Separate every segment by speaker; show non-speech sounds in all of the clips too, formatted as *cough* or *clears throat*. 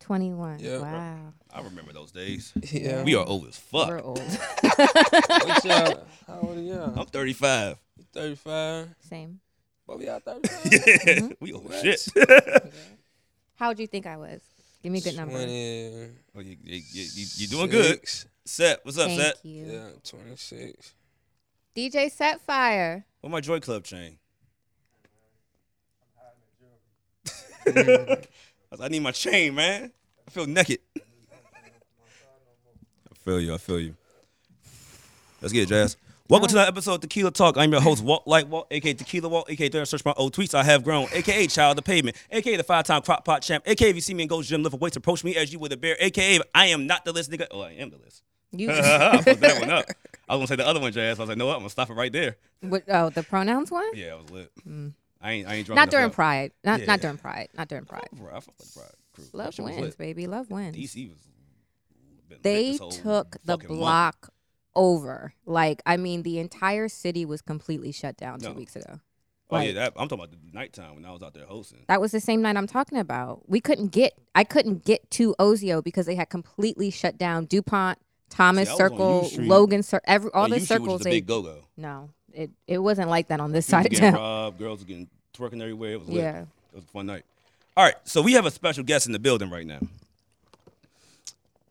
Speaker 1: 21.
Speaker 2: Yeah.
Speaker 1: Wow.
Speaker 3: I remember those days.
Speaker 2: Yeah.
Speaker 3: *laughs* We are old as
Speaker 1: We're
Speaker 3: fuck.
Speaker 1: old. *laughs*
Speaker 2: What y'all- How old are *laughs* y'all?
Speaker 3: I'm 35.
Speaker 2: 35.
Speaker 1: Same.
Speaker 2: But we are 35. *laughs*
Speaker 3: *laughs* we old as
Speaker 2: Right.
Speaker 3: shit.
Speaker 1: How would you think I was? Give me a good number.
Speaker 2: 20,
Speaker 3: Well, Oh, you, you, are doing good.
Speaker 2: six.
Speaker 3: Set, what's up,
Speaker 1: Thank
Speaker 3: Set?
Speaker 1: you.
Speaker 2: Yeah, 26.
Speaker 1: DJ Set Fire.
Speaker 3: Where my Joy Club chain? I was like, I need my chain, man. I feel naked. I feel you. I feel you. Let's get it, Jazz. Welcome to another episode of Tequila Talk. I'm your host, Walk Like Walk, aka Tequila Walk, aka Third Search My Old Tweets. I have grown, aka Child of the Pavement, aka the five time crop pot champ, aka if you see me in Ghost Gym, lift weights, approach me as you would a bear, aka I am not the list, nigga. Oh, I am the list. *laughs* Ah,
Speaker 1: You *laughs*
Speaker 3: I fucked that one up. I was gonna say the other one, Jazz. I was like, no, what? I'm gonna stop it right there.
Speaker 1: what, oh, the pronouns one? Mm.
Speaker 3: Yeah, I was lit. I ain't, I ain't drunk.
Speaker 1: Not during
Speaker 3: enough
Speaker 1: Pride. Not
Speaker 3: Yeah.
Speaker 1: not during Pride. Not during Pride.
Speaker 3: yet. Bro, I fuck with Pride crew. That
Speaker 1: Love
Speaker 3: shit was
Speaker 1: wins,
Speaker 3: lit.
Speaker 1: baby. Love wins.
Speaker 3: DC was. been lit
Speaker 1: They
Speaker 3: this whole
Speaker 1: took the
Speaker 3: fucking month.
Speaker 1: block over. Like, I mean, the entire city was completely shut down two
Speaker 3: No.
Speaker 1: weeks ago.
Speaker 3: Oh yeah,
Speaker 1: like-
Speaker 3: that, I'm talking about the nighttime when I was out there hosting.
Speaker 1: That was the same night I'm talking about. We couldn't get I couldn't get to Ozio because they had completely shut down DuPont, Thomas
Speaker 3: See, I was on U
Speaker 1: Circle,
Speaker 3: Street.
Speaker 1: Logan Circle, every all
Speaker 3: But
Speaker 1: the
Speaker 3: you shit was
Speaker 1: circles
Speaker 3: the
Speaker 1: they
Speaker 3: big go go.
Speaker 1: No, it it wasn't like that on this
Speaker 3: People
Speaker 1: side of
Speaker 3: getting
Speaker 1: town.
Speaker 3: robbed, girls were getting twerking everywhere. It was lit.
Speaker 1: Yeah.
Speaker 3: It was a fun night. All right, so we have a special guest in the building right now,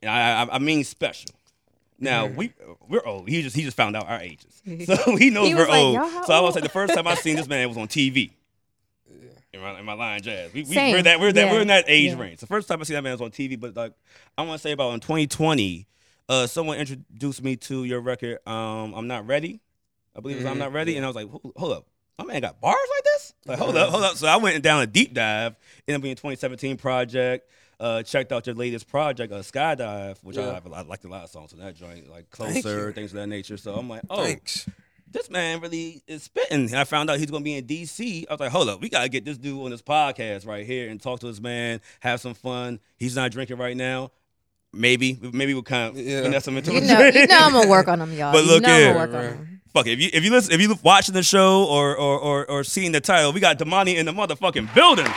Speaker 3: and I I, I mean special. Now we we're old. He just he just found out
Speaker 1: *laughs*
Speaker 3: our ages, so *laughs* he knows
Speaker 1: He
Speaker 3: we're
Speaker 1: was like,
Speaker 3: old.
Speaker 1: "Y'all how
Speaker 3: so I was
Speaker 1: old?"
Speaker 3: like, the first time I seen this man was on TV. In my, in my line jazz, we, we,
Speaker 1: Same.
Speaker 3: we're that we're that we're in
Speaker 1: Yeah.
Speaker 3: that age
Speaker 1: Yeah.
Speaker 3: range. The first time I seen that man was on TV, but like I want to say about in 2020, uh, someone introduced me to your record. Um, I'm not ready. I believe it was I'm Not Ready. And I was like, hold, hold up. My man got bars like this? Like, hold up, hold up. So I went down a deep dive, ended up being 2017 project. Uh, checked out your latest project, uh, Skydive, which I,
Speaker 2: Yeah.
Speaker 3: have a lot, liked a lot of songs on that joint, like
Speaker 2: Thank you.
Speaker 3: Closer, things of that nature. So I'm like, oh,
Speaker 2: Thanks.
Speaker 3: this man really is spitting. And I found out he's gonna be in DC. I was like, hold up, we gotta get this dude on this podcast right here and talk to this man, have some fun. He's not drinking right now. Maybe, maybe we'll kind of
Speaker 2: Yeah.
Speaker 3: finesse him into
Speaker 1: *laughs* You
Speaker 3: a
Speaker 1: know,
Speaker 3: drink.
Speaker 1: you know I'm gonna work on them, y'all.
Speaker 3: But
Speaker 1: you
Speaker 3: look
Speaker 1: know I'm
Speaker 3: here.
Speaker 1: gonna work on
Speaker 2: Right.
Speaker 1: 'em.
Speaker 3: *laughs* Fuck it. If you if you listen if you watching the show or or or, or seeing the title, we got Damani in the motherfucking building.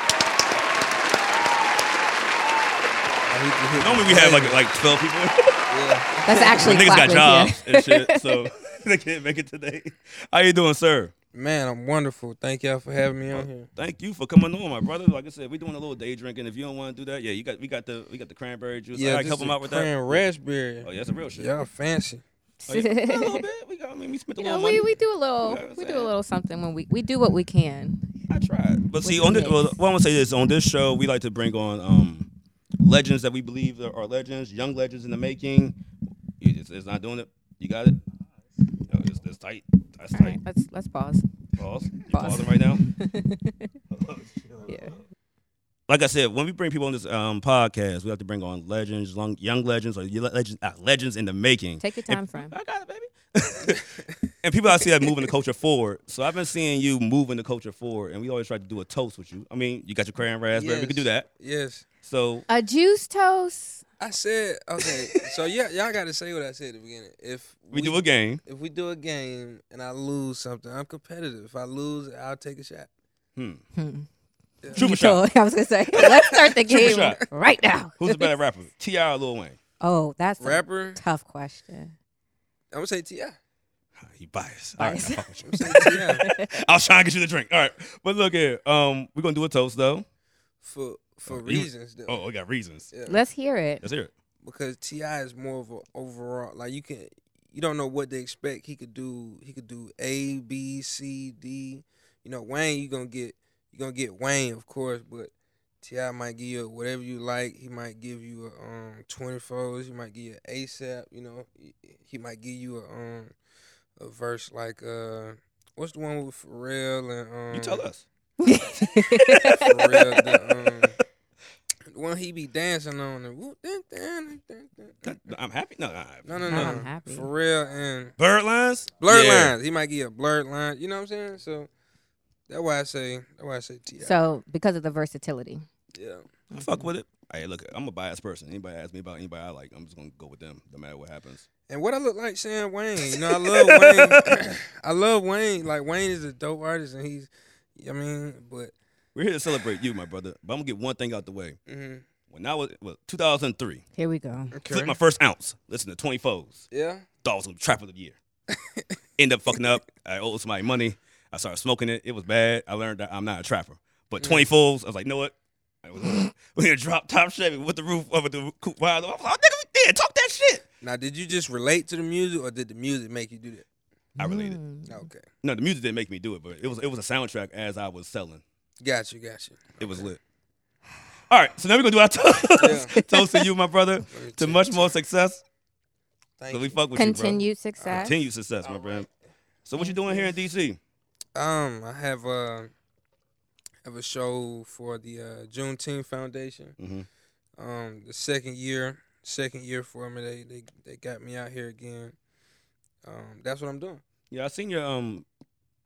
Speaker 3: Normally we have like like twelve people. *laughs*
Speaker 2: Yeah.
Speaker 1: That's actually
Speaker 3: niggas got
Speaker 1: clapping, yeah.
Speaker 3: jobs and
Speaker 1: *laughs*
Speaker 3: shit, so *laughs* they can't make it today. How you doing, sir?
Speaker 2: Man, I'm wonderful. Thank y'all for having me on here.
Speaker 3: Thank you for coming on, my brother. Like I said, we doing a little day drinking. If you don't want to do that, yeah, you got we got the we got the cranberry juice. Yeah, I
Speaker 2: this
Speaker 3: help them
Speaker 2: is
Speaker 3: out with
Speaker 2: Cran
Speaker 3: that.
Speaker 2: raspberry.
Speaker 3: Oh yeah, that's a real shit.
Speaker 2: Y'all
Speaker 3: *laughs*
Speaker 2: fancy.
Speaker 1: *laughs*
Speaker 3: Oh, yeah. a *laughs* little bit. We got. I mean, we spent a
Speaker 1: You
Speaker 3: little
Speaker 1: know,
Speaker 3: money.
Speaker 1: we, we do a little
Speaker 3: You know what I'm
Speaker 1: we do a
Speaker 3: saying?
Speaker 1: little something when we we do what we can.
Speaker 3: I tried, but see,
Speaker 1: the
Speaker 3: on this,
Speaker 1: mix.
Speaker 3: well, what I'm gonna say is on this show, we like to bring on um, legends that we believe are are legends, young legends in the making. You- It's, it's not doing it. You got it. No, it's, it's tight. That's
Speaker 1: All
Speaker 3: tight.
Speaker 1: right, let's let's pause. *laughs*
Speaker 3: Pause. You
Speaker 1: Pause.
Speaker 3: pausing right now?
Speaker 1: Yeah.
Speaker 3: like I said, when we bring people on this um, podcast, we have to bring on legends, long, young legends, or ye- legends, uh, legends in the making.
Speaker 1: Take your time, friend.
Speaker 3: I got it, baby. and people I
Speaker 2: *laughs*
Speaker 3: see that moving the culture forward. So I've been seeing you moving the culture forward, and we always try to do a toast with you. I mean, you got your crayon raspberry, we could do that.
Speaker 2: Yes.
Speaker 3: So
Speaker 1: A juice toast.
Speaker 2: I said, okay, so yeah, y'all got to say what I said at the beginning. If
Speaker 3: we, do a game.
Speaker 2: if we do a game and I lose something, I'm competitive. If I lose, I'll take a shot.
Speaker 3: Hmm.
Speaker 1: Hmm.
Speaker 3: Trooper
Speaker 1: *laughs* You
Speaker 3: shot.
Speaker 1: told- I was gonna say, let's start
Speaker 3: *laughs*
Speaker 1: the
Speaker 3: Trooper
Speaker 1: game
Speaker 3: shot.
Speaker 1: right now.
Speaker 3: Who's the
Speaker 2: *laughs*
Speaker 3: better rapper, Ti or Lil Wayne?
Speaker 1: Oh, that's a
Speaker 2: Rapper,
Speaker 1: tough question.
Speaker 2: I'm gonna say Ti.
Speaker 3: Ah, He biased. All right,
Speaker 1: Biased.
Speaker 3: I fuck with you. *laughs*
Speaker 2: I'm gonna say Ti
Speaker 3: I was trying to get you the drink. All right, but look here. Um, we're gonna do a toast though.
Speaker 2: for for
Speaker 3: you-
Speaker 2: reasons though.
Speaker 3: Oh, we got reasons.
Speaker 2: Yeah.
Speaker 1: Let's hear it.
Speaker 3: *laughs* Let's hear it.
Speaker 2: because Ti is more of an overall. Like you can, you don't know what they expect. He could do. He could do A, B, C, D. You know, Wayne, you gonna get. You gonna get Wayne, of course, but Ti might give you whatever you like. He might give you a um twenty fours. He might give you ASAP. You know, he, he might give you a um a verse like uh. What's the one with Pharrell and um,
Speaker 3: You tell us.
Speaker 2: Pharrell, the, um, the one he be dancing on and whoop, dun, dun, dun, dun, dun.
Speaker 3: I'm happy. No, no,
Speaker 2: No, no, no.
Speaker 1: Now I'm happy.
Speaker 2: For real, and
Speaker 3: Bird lines.
Speaker 2: blurred
Speaker 3: Yeah.
Speaker 2: lines. He might get a blurred line. You know what I'm saying? So that's why I say. That's why I say Ti.
Speaker 1: So, because of the versatility.
Speaker 2: yeah.
Speaker 3: I fuck with it. Hey, look, I'm a biased person. Anybody ask me about anybody I like, I'm just gonna go with them, no matter what happens.
Speaker 2: And what I look like saying Wayne. You know, I love Wayne. *coughs* I love Wayne. Like Wayne is a dope artist, and he's. I mean, but
Speaker 3: We're here to celebrate you, my brother. But I'm gonna get one thing out the way.
Speaker 2: mhm.
Speaker 3: When I was well, 2003,
Speaker 1: Here we go.
Speaker 2: Okay.
Speaker 3: flipped my first ounce. Listen to 20 foes.
Speaker 2: yeah.
Speaker 3: Thought I was gonna trap of the year. End up fucking up. I owed somebody money. I started smoking it. It was bad. I learned that I'm not a trapper. But 20 foes, I was like, you know what? I was *laughs* we gonna drop top Chevy with the roof over the coupe. wide open. I was like, "Oh, nigga, we did talk that shit.
Speaker 2: Now, did you just relate to the music, or did the music make you do that?
Speaker 3: I related.
Speaker 1: Mm.
Speaker 2: Okay.
Speaker 3: No, the music didn't make me do it, but it was it was a soundtrack as I was selling.
Speaker 2: Got you. Got you.
Speaker 3: It was lit. All right, so now we're gonna do our *laughs* toast. toast to you, my brother,
Speaker 2: Let me
Speaker 3: to
Speaker 2: check.
Speaker 3: much more success.
Speaker 2: Thank
Speaker 3: So we
Speaker 2: you.
Speaker 3: fuck with you,
Speaker 1: Continued
Speaker 3: bro.
Speaker 1: success.
Speaker 3: Continue success, my brother. So what you doing here in DC?
Speaker 2: Um, I have a have a show for the uh, Juneteenth Foundation.
Speaker 3: Mm-hmm.
Speaker 2: Um, the second year, second year for me. They they they got me out here again. Um, that's what I'm doing.
Speaker 3: Yeah, I seen your um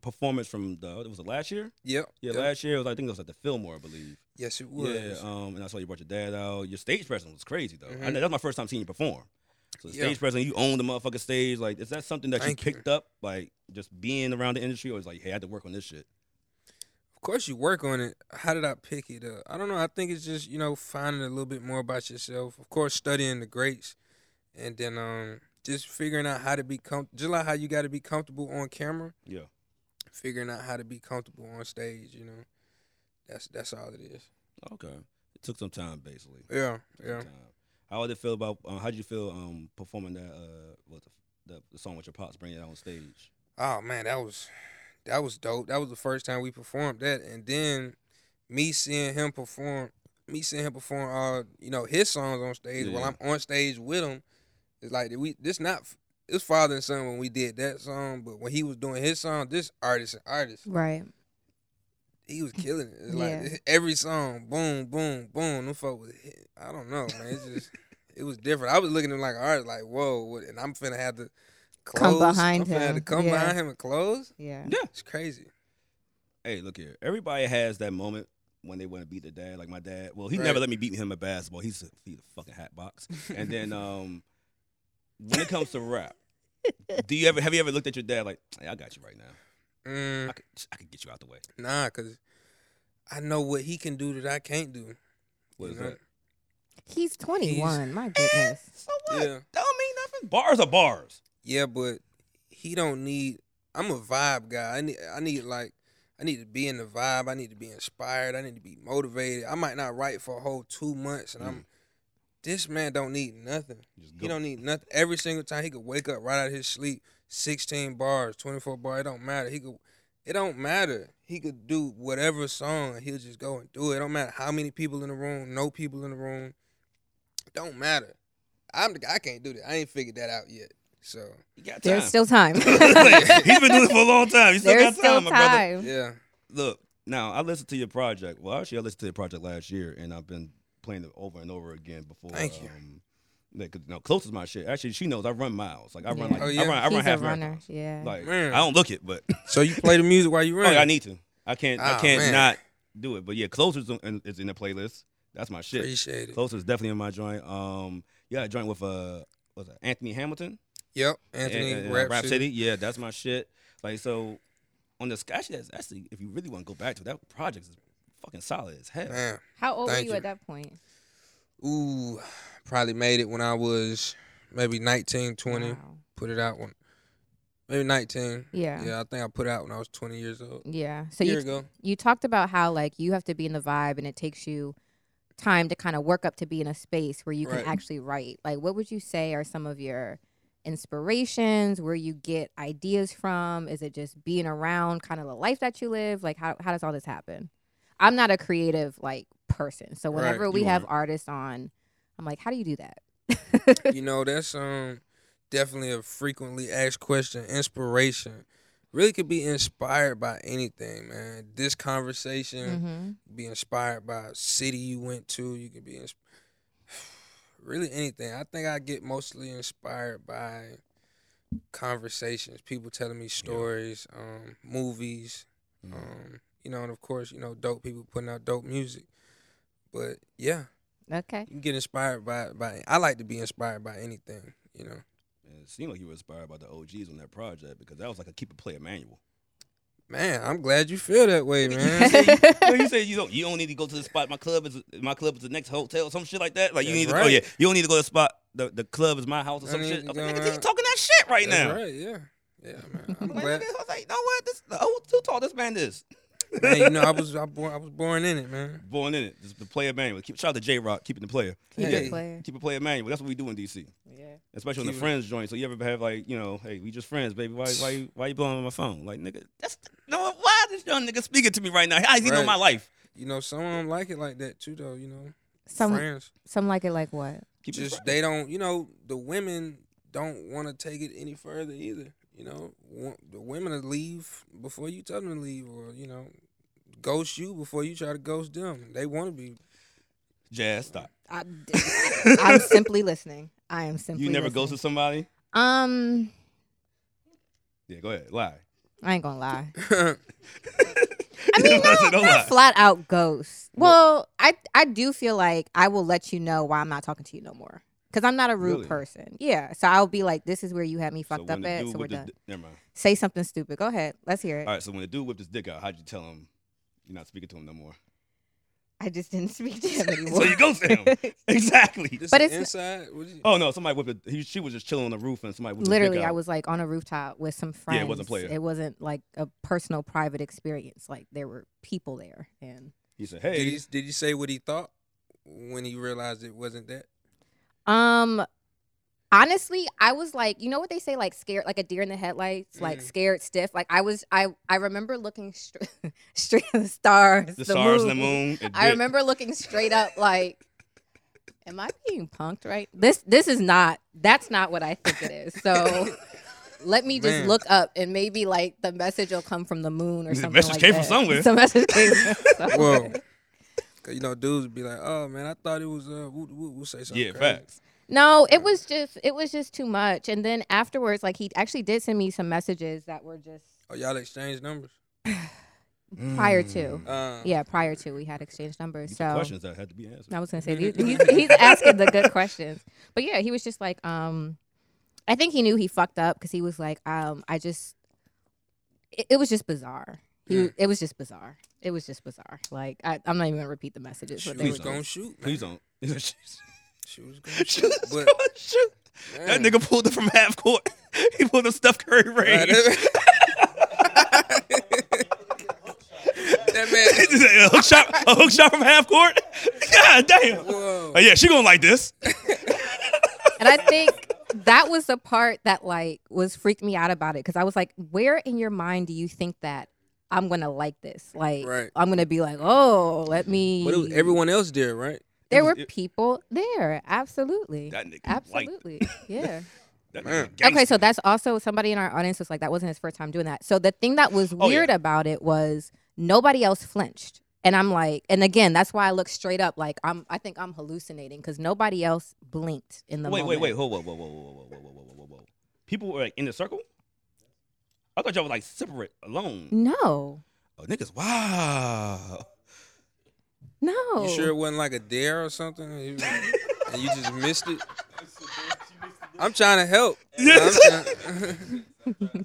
Speaker 3: performance from the it was the last year.
Speaker 2: Yep.
Speaker 3: Yeah,
Speaker 2: yep.
Speaker 3: last year it was I think it was at the Fillmore, I believe.
Speaker 2: Yes, it was.
Speaker 3: Yeah, um, and I saw you brought your dad out. Your stage presence was crazy though. I
Speaker 2: Mhm.
Speaker 3: know that's my first time seeing you perform. So the
Speaker 2: Yeah.
Speaker 3: stage presence, you own the motherfucking stage. Like, is that something that
Speaker 2: Thank
Speaker 3: you
Speaker 2: you.
Speaker 3: picked up, like just being around the industry, or is like, hey, I had to work on this shit?
Speaker 2: Of course, you work on it. How did I pick it up? I don't know. I think it's just you know finding a little bit more about yourself. Of course, studying the greats, and then um just figuring out how to be com- just like how you got to be comfortable on camera.
Speaker 3: Yeah.
Speaker 2: Figuring out how to be comfortable on stage. You know, that's that's all it is.
Speaker 3: Okay. It took some time, basically.
Speaker 2: Yeah,
Speaker 3: Took some
Speaker 2: yeah.
Speaker 3: time. How did it feel about? Um, how did you feel um, performing that? Uh, what the, the, the song with your pops bringing it on stage?
Speaker 2: Oh man, that was that was dope. That was the first time we performed that, and then me seeing him perform, me seeing him perform all you know his songs on stage while
Speaker 3: Yeah.
Speaker 2: I'm on stage with him. It's like we this not it's father and son when we did that song, but when he was doing his song, this artist and artist,
Speaker 1: Right.
Speaker 2: he was killing it. It's
Speaker 1: Yeah.
Speaker 2: like *laughs* every song, boom, boom, boom. Them folk was hit. I don't know, man. It's
Speaker 1: *laughs*
Speaker 2: just it was different. I was looking at him like artist, like whoa, what, and I'm finna have to.
Speaker 1: Come
Speaker 2: Close.
Speaker 1: behind
Speaker 2: I'm finna have to
Speaker 1: him.
Speaker 2: come
Speaker 1: Yeah.
Speaker 2: behind him and close.
Speaker 1: Yeah.
Speaker 2: It's crazy.
Speaker 3: Hey, look here. Everybody has that moment when they want to beat their dad. Like my dad. Well, he
Speaker 2: Right.
Speaker 3: never let me beat him at basketball. He's a, he's a fucking hat box.
Speaker 1: *laughs*
Speaker 3: And then um, when it comes to rap, do you ever have you ever looked at your dad like, hey, I got you right now.
Speaker 2: Mm.
Speaker 3: I could, I could get you out the way.
Speaker 2: Nah, cause I know what he can do that I can't do.
Speaker 3: What
Speaker 2: you
Speaker 3: is
Speaker 2: know?
Speaker 3: that?
Speaker 1: He's 21. My
Speaker 3: *laughs*
Speaker 1: goodness.
Speaker 3: So what?
Speaker 2: Yeah.
Speaker 3: That don't mean nothing. Bars are bars.
Speaker 2: Yeah, but he don't need. I'm a vibe guy. I need. I need like. I need to be in the vibe. I need to be inspired. I need to be motivated. I might not write for a whole two months, and
Speaker 3: Mm.
Speaker 2: I'm. This man don't need nothing.
Speaker 3: Just
Speaker 2: He don't need nothing. Every single time he could wake up right out of his sleep, 16 bars, 24 bars. It don't matter. He could. It don't matter. He could do whatever song. and He'll just go and do it. It don't matter how many people in the room, no people in the room. It don't matter. I'm. the guy- I can't do that. I ain't figured that out yet. So
Speaker 3: You got time.
Speaker 1: There's still time.
Speaker 3: *laughs* Like, he's been doing it for a long time. You still
Speaker 1: There's
Speaker 3: got time,
Speaker 1: still
Speaker 3: my brother.
Speaker 1: time.
Speaker 2: yeah.
Speaker 3: look now i listened to your project well actually i listened to your project last year and i've been playing it over and over again before
Speaker 2: Thank you.
Speaker 3: um like, 'cause, you know, close is my shit actually she knows i run miles like i
Speaker 1: Yeah.
Speaker 3: run like
Speaker 2: Oh,
Speaker 3: i
Speaker 2: yeah?
Speaker 3: run, I run
Speaker 1: He's a
Speaker 3: half
Speaker 1: runner.
Speaker 3: marathons.
Speaker 1: Yeah.
Speaker 3: like
Speaker 2: Man.
Speaker 3: i don't look it but *laughs*
Speaker 2: So you play the music while you
Speaker 3: like,
Speaker 2: run.
Speaker 3: Oh, i need to i can't i
Speaker 2: Ah,
Speaker 3: can't
Speaker 2: man.
Speaker 3: not do it but yeah close is in, is in the playlist that's my shit
Speaker 2: Appreciate it.
Speaker 3: close is definitely in my joint um yeah I joint with uh what's that anthony hamilton
Speaker 2: Yep. Anthony
Speaker 3: and, and, uh,
Speaker 2: Rap,
Speaker 3: Rap
Speaker 2: City.
Speaker 3: City. Yeah, that's my shit. Like so, on the sky, actually, that's actually, if you really want to go back to it, that project is fucking solid as hell.
Speaker 2: Man.
Speaker 1: How old were
Speaker 2: Thank
Speaker 1: you,
Speaker 2: you.
Speaker 1: at that point?
Speaker 2: Ooh. Probably made it when I was maybe 19, 20.
Speaker 1: Wow.
Speaker 2: Put it out when maybe 19.
Speaker 1: Yeah. yeah.
Speaker 2: Yeah, I think I put it out when I was 20 years old.
Speaker 1: So
Speaker 2: year
Speaker 1: you *laughs*
Speaker 2: ago.
Speaker 1: you talked about how like you have to be in the vibe and it takes you time to kind of work up to be in a space where you can
Speaker 2: Right.
Speaker 1: actually write like what would you say are some of your inspirations where you get ideas from is it just being around kind of the life that you live like how, how does all this happen i'm not a creative like person so
Speaker 2: Right,
Speaker 1: whenever we
Speaker 3: you
Speaker 1: have
Speaker 3: aren't.
Speaker 1: artists on i'm like how do you do
Speaker 2: *laughs*
Speaker 1: that
Speaker 2: you know, that's um definitely a frequently asked question. Inspiration. Really could be inspired by anything, man. This conversation,
Speaker 1: mm-hmm.
Speaker 2: be inspired by a city you went to. You can be ins- *sighs* really anything. I think I get mostly inspired by conversations, people telling me stories, um, movies,
Speaker 3: Mm.
Speaker 2: um, you know, and of course, you know, dope people putting out dope music. But yeah,
Speaker 1: okay
Speaker 2: you can get inspired by by. I like to be inspired by anything, you know. *laughs*
Speaker 3: And it seemed like you were inspired by the OGs on that project because that was like a keep it player manual.
Speaker 2: Man, I'm glad you feel that way,
Speaker 3: *laughs*
Speaker 2: man.
Speaker 3: You, know, you said you don't you don't need to go to the spot. My club is my club is the next hotel, some shit like that. Like you
Speaker 2: That's
Speaker 3: need to oh
Speaker 2: right.
Speaker 3: yeah, you don't need to go to the spot. The, the club is my house or
Speaker 2: I
Speaker 3: some
Speaker 2: need
Speaker 3: shit.
Speaker 2: to
Speaker 3: I'm
Speaker 2: go
Speaker 3: like, nigga,
Speaker 2: around.
Speaker 3: you talking that shit right
Speaker 2: That's
Speaker 3: now.
Speaker 2: right, yeah. Yeah, man.
Speaker 3: *laughs*
Speaker 2: I'm
Speaker 3: Like,
Speaker 2: glad.
Speaker 3: nigga, I was like, you know what? This oh, who tall this band is.
Speaker 2: man, you know, I was I, born, I was born in it, man.
Speaker 3: Born in it. This is the player manual. Keep, shout out to J Rock, keeping the player.
Speaker 1: Keep
Speaker 2: Yeah.
Speaker 1: it player.
Speaker 3: Keep a player manual. That's what we do in DC.
Speaker 1: Yeah.
Speaker 3: Especially on the
Speaker 2: Keep it-
Speaker 3: friends joint. So you ever have like, you know, hey, we just friends, baby. Why why you why you blowing up my phone? Like, nigga, that's no why this young nigga speaking to me right now? How does he know
Speaker 2: Right.
Speaker 3: my life?
Speaker 2: You know, some of them like it like that too, though. You know,
Speaker 1: Some
Speaker 2: friends
Speaker 1: some like it like what?
Speaker 3: Keep it
Speaker 2: just
Speaker 3: friends.
Speaker 2: they don't. You know, the women don't want to take it any further either. You know, Wa- the women will leave before you tell them to leave, or you know, ghost you before you try to ghost them. They want to be. *laughs*
Speaker 3: Jazz, stop.
Speaker 1: I, am simply listening. I am simply.
Speaker 3: You never
Speaker 1: listening.
Speaker 3: ghosted somebody?
Speaker 1: Um,
Speaker 3: Yeah, go ahead. Lie.
Speaker 1: I ain't gonna
Speaker 3: *laughs*
Speaker 1: lie.
Speaker 3: I *laughs*
Speaker 1: mean, no, not flat out ghost. Well, I I do feel like I will let you know why I'm not talking to you no more because I'm not a rude
Speaker 3: Really?
Speaker 1: person. Yeah, so I'll be like, this is where you had me fucked up at. So we're done.
Speaker 3: Never mind.
Speaker 1: Say something stupid. Go ahead. Let's hear it.
Speaker 3: All right, so when the dude whipped his dick out, how'd you tell him you're not speaking to him no more?
Speaker 1: I just didn't *laughs*
Speaker 3: *laughs*
Speaker 1: speak to him
Speaker 3: so
Speaker 1: anymore. *laughs*
Speaker 3: you ghosted him. exactly.
Speaker 2: This
Speaker 1: But
Speaker 2: the
Speaker 1: it's-
Speaker 2: inside. What is it?
Speaker 3: Oh no! Somebody whipped. A, he, she was just chilling on the roof, and somebody whipped his dick
Speaker 1: Literally, I
Speaker 3: out.
Speaker 1: was like on a rooftop with some friends.
Speaker 3: Yeah, it wasn't player.
Speaker 1: It wasn't like a personal, private experience. Like there were people there, and
Speaker 3: He said,
Speaker 2: Did
Speaker 3: "Hey,
Speaker 2: he did he say what he thought when he realized it wasn't
Speaker 3: *laughs*
Speaker 2: that?
Speaker 1: um, honestly, I was like, you know what they say, like scared, like a deer in the headlights, like
Speaker 2: Mm.
Speaker 1: scared stiff. Like I was, I I remember looking str- *laughs* straight at the stars,
Speaker 3: the, stars and the moon." and
Speaker 1: I
Speaker 3: dick."
Speaker 1: remember looking straight up, like. Am I being punked right? This this is not that's not what I think it is.
Speaker 3: *laughs*
Speaker 1: So let me just
Speaker 2: Man.
Speaker 1: look up and maybe like the message will come from the moon or
Speaker 3: The
Speaker 1: something.
Speaker 3: message
Speaker 1: like
Speaker 3: came from
Speaker 1: that.
Speaker 3: somewhere.
Speaker 1: *laughs* The message came from
Speaker 3: *laughs*
Speaker 1: somewhere. *laughs*
Speaker 2: Well, 'cause, you know, dudes be like, "Oh man, I thought it was uh, woo, woo, woo, say something."
Speaker 3: Yeah,
Speaker 2: crazy.
Speaker 3: facts.
Speaker 1: No, it was just it was just too much. And then afterwards, like he actually did send me some messages that were just
Speaker 2: Oh, y'all exchange numbers.
Speaker 1: prior to.
Speaker 2: Uh,
Speaker 1: Yeah, prior to we had exchanged numbers.
Speaker 3: These
Speaker 1: So
Speaker 3: are questions that had to be answered.
Speaker 1: I was gonna say these- he's, he's asking the good questions, but yeah, he was just like, um, I think he knew he fucked up because he was like, um, I just, it, it was just bizarre. He,
Speaker 3: Hmm.
Speaker 2: Mm.
Speaker 1: it was just bizarre. It was just bizarre. Like I, I'm not even gonna repeat the messages.
Speaker 2: She
Speaker 1: But they were
Speaker 2: was
Speaker 3: Please
Speaker 1: just,
Speaker 2: gonna shoot. Man.
Speaker 3: Please don't. *laughs*
Speaker 2: She was gonna
Speaker 3: She
Speaker 2: shoot.
Speaker 3: was
Speaker 2: But
Speaker 3: gonna shoot. That
Speaker 2: man,
Speaker 3: nigga pulled it from half court. *laughs* he pulled a Steph Curry
Speaker 2: right,
Speaker 3: *laughs* range.
Speaker 2: that- *laughs* that
Speaker 3: *laughs*
Speaker 2: man.
Speaker 3: a hook shot, a hook shot from half court. *laughs* God
Speaker 2: *laughs*
Speaker 3: damn.
Speaker 2: Whoa.
Speaker 3: Oh, yeah, she gonna like this.
Speaker 1: and I think that was the part that like was freaked me out about it because I was like, where in your mind do you think that I'm gonna like this? Like
Speaker 2: Right.
Speaker 1: I'm gonna be like, oh, let me.
Speaker 2: But it was everyone else there, right?
Speaker 1: there
Speaker 3: it was-
Speaker 1: were
Speaker 3: it-
Speaker 1: people there. Absolutely.
Speaker 3: That nigga like *laughs*
Speaker 1: Absolutely. Yeah.
Speaker 3: that
Speaker 2: Man.
Speaker 3: nigga
Speaker 1: Okay, so
Speaker 3: gangster.
Speaker 1: that's also somebody in our audience was like, that wasn't his first time doing that. So the thing that was
Speaker 3: Oh, yeah.
Speaker 1: weird about it was nobody else flinched. And I'm like, and again, that's why I look straight up like I'm I think I'm hallucinating because nobody else blinked in the
Speaker 3: wait, wait,
Speaker 1: moment.
Speaker 3: wait, hold, whoa, whoa, whoa, whoa, whoa, whoa, whoa, whoa, whoa, whoa. People were like in the circle. I thought y'all were like separate, alone.
Speaker 1: No.
Speaker 3: Oh, niggas, wow.
Speaker 1: No.
Speaker 2: You
Speaker 1: Oh.
Speaker 2: sure it wasn't like a dare or something? You- and you just missed it. I'm trying to help.
Speaker 3: Yes.
Speaker 2: I'm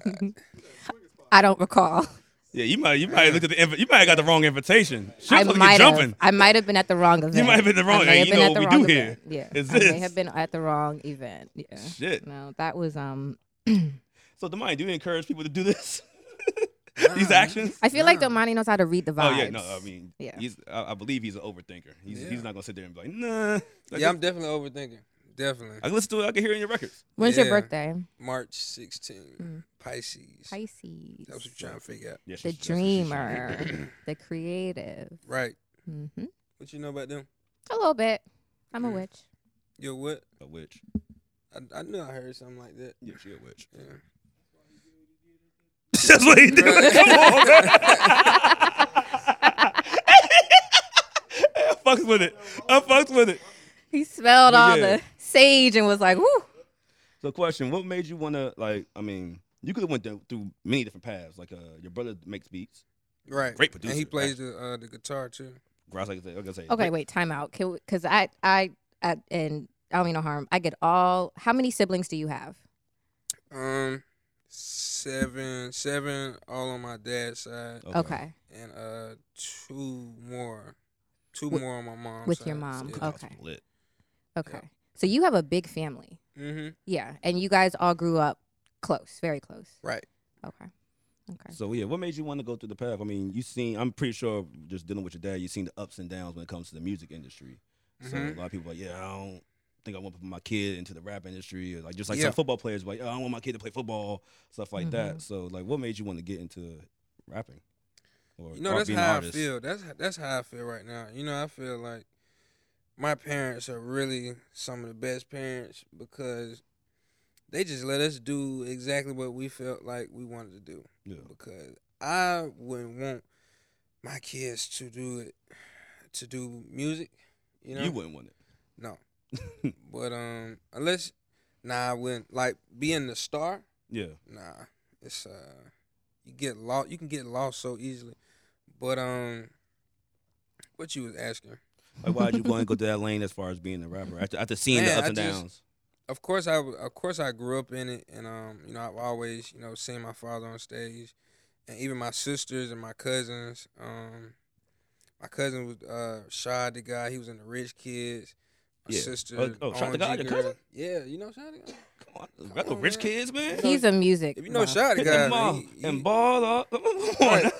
Speaker 3: *laughs*
Speaker 2: trying- *laughs*
Speaker 1: I don't recall.
Speaker 3: Yeah, you might, you might look at the, invi- you might have got the wrong invitation. She
Speaker 1: I
Speaker 3: was looking
Speaker 1: might
Speaker 3: jumping.
Speaker 1: have I might have been at the wrong event.
Speaker 3: might have been at the
Speaker 1: I
Speaker 3: wrong-
Speaker 1: may
Speaker 3: hey,
Speaker 1: have
Speaker 3: you
Speaker 1: been
Speaker 3: know
Speaker 1: at the
Speaker 3: what we
Speaker 1: wrong
Speaker 3: do
Speaker 1: event. Yeah.
Speaker 3: is
Speaker 1: I may
Speaker 3: this.
Speaker 1: have been at the wrong event. Yeah.
Speaker 3: Shit.
Speaker 1: No, that was um
Speaker 3: So, Demani, do you encourage people to do this? *laughs* These
Speaker 2: Nah.
Speaker 3: actions?
Speaker 1: I feel like
Speaker 2: Nah.
Speaker 1: Domani knows how to read the
Speaker 3: Oh
Speaker 1: vibes.
Speaker 3: yeah, no, I mean,
Speaker 1: Yeah.
Speaker 3: he's, I, I believe he's an overthinker. He's,
Speaker 2: Yeah.
Speaker 3: he's not gonna sit there and be like, nah. I
Speaker 2: yeah, I'm
Speaker 3: can-
Speaker 2: definitely overthinking. Definitely.
Speaker 3: I can listen to it. I can hear it in your records.
Speaker 1: When's
Speaker 2: Yeah.
Speaker 1: your birthday?
Speaker 2: March 16,
Speaker 1: Mm.
Speaker 2: Pisces.
Speaker 1: Pisces.
Speaker 2: That's what you're trying to figure out.
Speaker 3: Yes,
Speaker 1: the
Speaker 3: yes, yes, yes, yes.
Speaker 1: dreamer, the creative.
Speaker 2: Right.
Speaker 1: hmm
Speaker 2: What you know about them?
Speaker 1: A little bit. I'm a
Speaker 2: Mm.
Speaker 1: witch. *laughs*
Speaker 2: You're what?
Speaker 3: *laughs* A witch.
Speaker 2: I, I knew I heard something like that.
Speaker 3: Yeah, she a
Speaker 1: *laughs*
Speaker 3: witch. *laughs*
Speaker 2: Yeah.
Speaker 3: That's what he did. Come on, man. *laughs* I fucks with it. I fucks with it.
Speaker 1: He smelled
Speaker 3: *laughs* But
Speaker 1: all
Speaker 3: yeah.
Speaker 1: the sage and was like, "Woo!"
Speaker 3: So, question: What made you wanna like? I mean, you could have went through, through many different paths. Like, uh, your brother makes beats.
Speaker 2: Right.
Speaker 3: Great
Speaker 2: And he
Speaker 3: producer,
Speaker 2: plays the uh, the guitar too.
Speaker 3: Grouse, like I said, like I said.
Speaker 1: Okay,
Speaker 3: great-
Speaker 1: wait, time out. Because I, I, I, and I don't mean no harm. I get all. How many siblings do you have?
Speaker 2: Um, seven, seven all on my dad's side,
Speaker 3: Oh.
Speaker 1: Okay.
Speaker 2: and uh two more, two
Speaker 1: With-
Speaker 2: more on my mom's
Speaker 1: with
Speaker 2: side.
Speaker 1: your mom,
Speaker 2: Yeah.
Speaker 3: Y'all
Speaker 1: Um, Okay.
Speaker 3: split.
Speaker 1: Okay. So you have a big family.
Speaker 2: Mm-hmm.
Speaker 1: Yeah. And you guys all grew up close, very close.
Speaker 2: Right.
Speaker 1: Okay. Okay.
Speaker 3: So yeah, what made you want to go through the path? I mean, you seen. I'm pretty sure just dealing with your dad, you seen the ups and downs when it comes to the music industry. So
Speaker 2: Mhm.
Speaker 3: a lot of people are like, yeah, I don't think I want to put my kid into the rap industry, or like just like
Speaker 2: Yeah. Mm-hmm.
Speaker 3: some football players, like, oh, I don't want my kid to play football, stuff like that. So like, what made you want to get into rapping? Or,
Speaker 2: You know,
Speaker 3: or
Speaker 2: that's
Speaker 3: being an
Speaker 2: how
Speaker 3: artist?
Speaker 2: I feel. That's that's how I feel right now. You know, I feel like my parents are really some of the best parents because they just let us do exactly what we felt like we wanted to do.
Speaker 3: Yeah.
Speaker 2: Because I wouldn't want my kids to do it to do music. You know,
Speaker 3: You wouldn't want it.
Speaker 2: no. *laughs* but um, unless nah, I wouldn't like being the star.
Speaker 3: Yeah.
Speaker 2: Nah, it's uh, you get lost. You can get lost so easily. But um, what you was asking?
Speaker 3: Like, why did you want to go to that lane as far as being a rapper after, after seeing
Speaker 2: Man,
Speaker 3: the ups
Speaker 2: I
Speaker 3: and
Speaker 2: just-
Speaker 3: downs?
Speaker 2: Of course, I w- of course I grew up in it, and um, you know I've always you know seen my father on stage, and even my sisters and my cousins. Um, my cousin was uh Shad the guy. He was in the Rich Kids. My
Speaker 3: Yeah.
Speaker 2: sister.
Speaker 3: Oh, oh, Shad
Speaker 2: OMG
Speaker 3: the Guy, your
Speaker 2: girl.
Speaker 3: cousin?
Speaker 2: Yeah, you know Shad the guy.
Speaker 3: Come on,
Speaker 2: Come
Speaker 3: that's
Speaker 2: on,
Speaker 3: rich
Speaker 2: Oh, man.
Speaker 3: kids, man.
Speaker 1: He's a music.
Speaker 2: If you know
Speaker 1: buff.
Speaker 2: Shad the
Speaker 3: Hit
Speaker 2: guy,
Speaker 3: them all
Speaker 2: man, he-
Speaker 3: and
Speaker 2: he-
Speaker 3: ball up. *laughs* Come on.
Speaker 2: Right.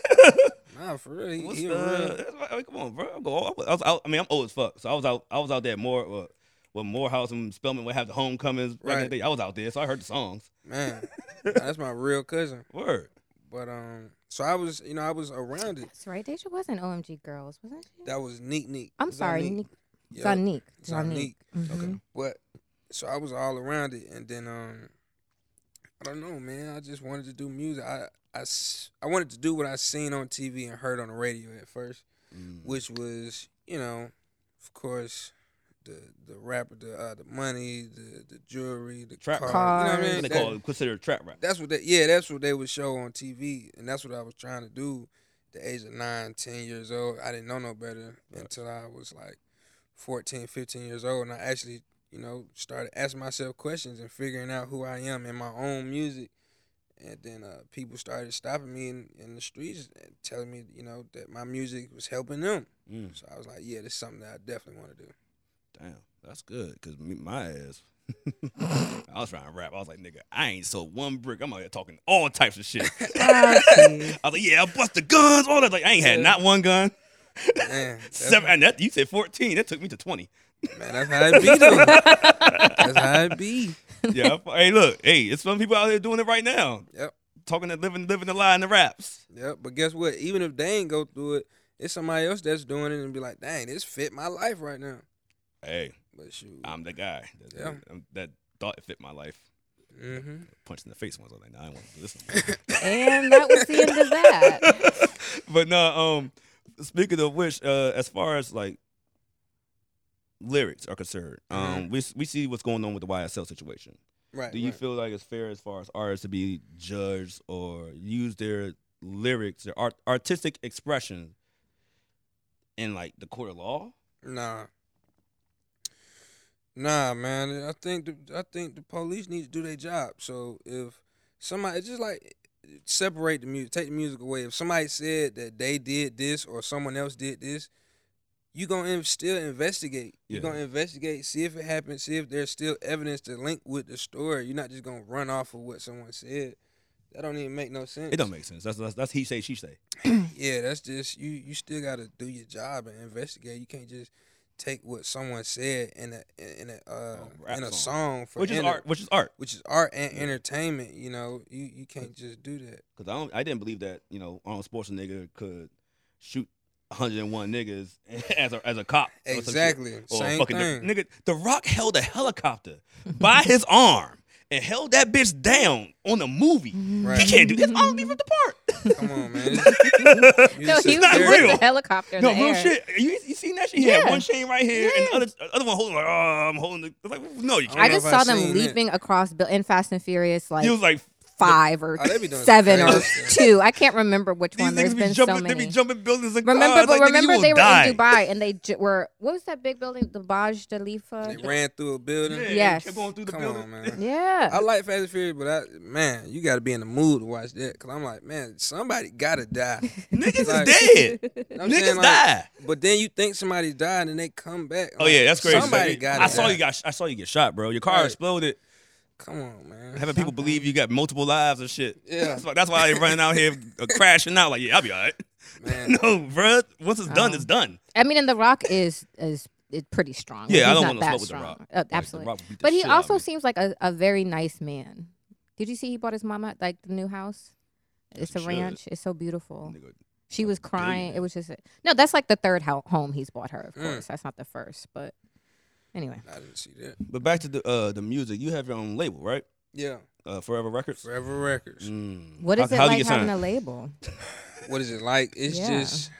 Speaker 2: nah, for real, he,
Speaker 3: What's
Speaker 2: he a real.
Speaker 3: the- that's why- like, Come on, bro. I'm go- I was, I was out. I mean, I'm old as fuck. So I was out. I was out there more. Uh, when Morehouse and Spelman would have the homecomings back in
Speaker 2: Right.
Speaker 3: the day, I was out there, so I heard the songs.
Speaker 2: Man, that's my real cousin.
Speaker 3: Word.
Speaker 2: But um, so I was, you know, I was around it.
Speaker 1: That's right. Deja was in OMG Girls, wasn't she?
Speaker 2: That was neat, neat.
Speaker 1: I'm sorry. Nick.
Speaker 2: Yep.
Speaker 1: Zonique. Zonique.
Speaker 2: Zonique.
Speaker 1: Mhm.
Speaker 2: But so I was all around it, and then um, I don't know, man. I just wanted to do music. I I s- I wanted to do what I seen on TV and heard on the radio at first,
Speaker 3: Mm.
Speaker 2: which was, you know, of course. The, the rapper, the uh, the money, the the jewelry, the
Speaker 3: Trap
Speaker 2: car, you
Speaker 1: rap.
Speaker 2: know what I
Speaker 1: Cars.
Speaker 2: mean?
Speaker 3: They
Speaker 2: That-
Speaker 3: call it considered trap rap.
Speaker 2: that's what they yeah that's what they would show on tv and that's what i was trying to do the age of nine ten years old i didn't know no better
Speaker 3: Right.
Speaker 2: until i was like 14 15 years old and i actually you know started asking myself questions and figuring out who i am in my own music and then uh, people started stopping me in, in the streets and telling me you know that my music was helping them
Speaker 3: Mm.
Speaker 2: so i was like yeah this is something that i definitely want to do
Speaker 3: Damn, that's good. Cause me, my
Speaker 2: *laughs*
Speaker 3: ass, I was trying to rap. I was like, nigga, I ain't sold one brick. I'm out here talking all types
Speaker 2: *laughs*
Speaker 3: of shit.
Speaker 1: Oh, jeez.
Speaker 3: I was like, yeah, I bust the guns, all that. Like, I ain't had
Speaker 2: Yeah.
Speaker 3: not one gun.
Speaker 2: man,
Speaker 3: *laughs*
Speaker 2: that's,
Speaker 3: Seven, and that, you said 14. That took me
Speaker 2: *laughs*
Speaker 3: to 20.
Speaker 2: man that's how it be though
Speaker 3: *laughs*
Speaker 2: that's how it be *laughs*
Speaker 3: yeah. I- Hey, look. Hey, it's some people out here doing it right now.
Speaker 2: Yep.
Speaker 3: Talking that living, living the lie in the raps.
Speaker 2: Yep, but guess what? Even if they ain't go through it, it's somebody else that's doing it and be like, dang, this fit my life right now.
Speaker 3: Hey,
Speaker 2: But shoot.
Speaker 3: I'm the guy. That,
Speaker 2: Yeah.
Speaker 3: um, that thought fit my life.
Speaker 2: Mm-hmm.
Speaker 3: Punch in the face once. I was like, nah, I don't want to do this. no more.
Speaker 1: and that was the end of that.
Speaker 3: but no. Um, speaking of which, uh, as far as like lyrics are concerned,
Speaker 2: Mm-hmm.
Speaker 3: um, we s- we see what's going on with the YSL situation.
Speaker 2: Right.
Speaker 3: Do you
Speaker 2: right.
Speaker 3: feel like it's fair as far as artists to be judged or use their lyrics, their art, artistic expression in like the court of law?
Speaker 2: Nah. Nah, man. I think the, I think the police need to do their job. So if somebody it's just like separate the music, take the music away. If somebody said that they did this or someone else did this, you gonna in, still investigate.
Speaker 3: Yeah.
Speaker 2: You're gonna investigate, see if it happened, see if there's still evidence to link with the story. You're not just gonna run off of what someone said. That don't even make no sense.
Speaker 3: It don't make sense. That's that's, that's he say she say.
Speaker 2: Yeah, that's just you. You still gotta do your job and investigate. You can't just take what someone said in a in a uh,
Speaker 3: Oh, rap
Speaker 2: in a song
Speaker 3: song.
Speaker 2: for
Speaker 3: Which is
Speaker 2: enter-
Speaker 3: art. Which is art.
Speaker 2: which is art and
Speaker 3: Yeah.
Speaker 2: entertainment. You know, you you can't just do that.
Speaker 3: Because I don't, I didn't believe that you know Arnold Schwarzenegger could shoot 101 niggas *laughs* as a as a cop. or some shit.
Speaker 2: Exactly,
Speaker 3: Or
Speaker 2: same
Speaker 3: fucking
Speaker 2: thing.
Speaker 3: The, nigga, The Rock held a helicopter by his arm and held that bitch down on a movie.
Speaker 2: *laughs* Right.
Speaker 3: He can't do
Speaker 1: *laughs*
Speaker 3: this. I don't leave it apart.
Speaker 2: Come on,
Speaker 3: *laughs*
Speaker 2: man. You
Speaker 1: No,
Speaker 2: just
Speaker 1: he
Speaker 2: sit
Speaker 1: was
Speaker 3: not
Speaker 2: there.
Speaker 1: with
Speaker 3: *laughs* real.
Speaker 1: the helicopter. in
Speaker 3: No,
Speaker 1: the
Speaker 3: real
Speaker 1: air.
Speaker 3: shit. You, you seen that shit? He had
Speaker 1: Yeah.
Speaker 3: one chain right here, and the
Speaker 1: Yeah.
Speaker 3: other, the other one holding like, oh, I'm holding. The, like, no, you
Speaker 2: I
Speaker 3: can't.
Speaker 2: don't
Speaker 1: I
Speaker 2: know
Speaker 1: just
Speaker 2: if I
Speaker 1: saw them
Speaker 2: seen that.
Speaker 1: leaping across Bill in Fast and Furious, like
Speaker 3: he was like
Speaker 1: five or
Speaker 2: Oh, they be doing some
Speaker 1: seven or
Speaker 2: crazy shit.
Speaker 1: *laughs* two. I can't remember which
Speaker 3: These
Speaker 1: one. There's
Speaker 3: niggas be
Speaker 1: been so
Speaker 3: jumping, they
Speaker 1: many.
Speaker 3: be jumping buildings and
Speaker 1: Remember,
Speaker 3: cars.
Speaker 1: but
Speaker 3: like, nigga, you
Speaker 1: remember
Speaker 3: will
Speaker 1: they were
Speaker 3: die.
Speaker 1: in Dubai and they j- were what was that big building? The Burj Khalifa.
Speaker 2: They ran through a building.
Speaker 3: Yeah,
Speaker 1: Yes.
Speaker 3: kept going through the
Speaker 2: Come
Speaker 3: building.
Speaker 2: on, man. I
Speaker 1: Yeah,
Speaker 2: like Fast and Furious, but I, man, you got to be in the mood to watch that. Cause I'm like, man, somebody gotta die.
Speaker 3: Niggas
Speaker 2: Like-
Speaker 3: is dead.
Speaker 2: You know what *laughs* I'm saying?
Speaker 3: *laughs* Niggas
Speaker 2: Like,
Speaker 3: die.
Speaker 2: But then you think somebody died and they come back.
Speaker 3: Oh yeah, that's crazy.
Speaker 2: Somebody
Speaker 3: Like,
Speaker 2: got
Speaker 3: I
Speaker 2: it.
Speaker 3: saw you got. I saw you get shot, bro. Your car
Speaker 2: Right.
Speaker 3: exploded.
Speaker 2: Come on, man.
Speaker 3: Having people believe you got multiple lives and shit.
Speaker 2: Yeah.
Speaker 3: *laughs* that's why, that's why they running out here uh, crashing out. Like, yeah, I'll be all right. *laughs*
Speaker 2: Man.
Speaker 3: no, bro. Once it's done,
Speaker 1: Oh.
Speaker 3: it's done.
Speaker 1: *laughs* I mean, and The Rock is is, is pretty strong.
Speaker 3: Yeah, I
Speaker 1: He's
Speaker 3: don't
Speaker 1: not
Speaker 3: wanna
Speaker 1: that
Speaker 3: smoke with The
Speaker 1: strong.
Speaker 3: Rock.
Speaker 1: Uh,
Speaker 3: The
Speaker 1: absolutely,
Speaker 3: Rock beat the
Speaker 1: but he
Speaker 3: shit out of
Speaker 1: also
Speaker 3: me.
Speaker 1: seems like a, a very nice man. Did you see he bought his mama like the new house? It's
Speaker 3: you
Speaker 1: a
Speaker 3: should.
Speaker 1: ranch. It's so beautiful.
Speaker 3: Nigga,
Speaker 1: She was crying.
Speaker 3: billionaire.
Speaker 1: It was just a- no. That's like the third ho- home he's bought her. Of
Speaker 2: Mm.
Speaker 1: course, that's not the first, but anyway.
Speaker 2: I didn't see that.
Speaker 3: But back to the uh, the music. You have your own label, right?
Speaker 2: Yeah.
Speaker 3: Uh, Forever Records.
Speaker 2: Forever Records.
Speaker 3: Mm.
Speaker 1: What
Speaker 3: How-
Speaker 1: is it
Speaker 3: how'd you
Speaker 1: like
Speaker 3: get
Speaker 1: having
Speaker 3: signed?
Speaker 1: a label?
Speaker 2: What is it like? It's
Speaker 1: Yeah.
Speaker 2: just.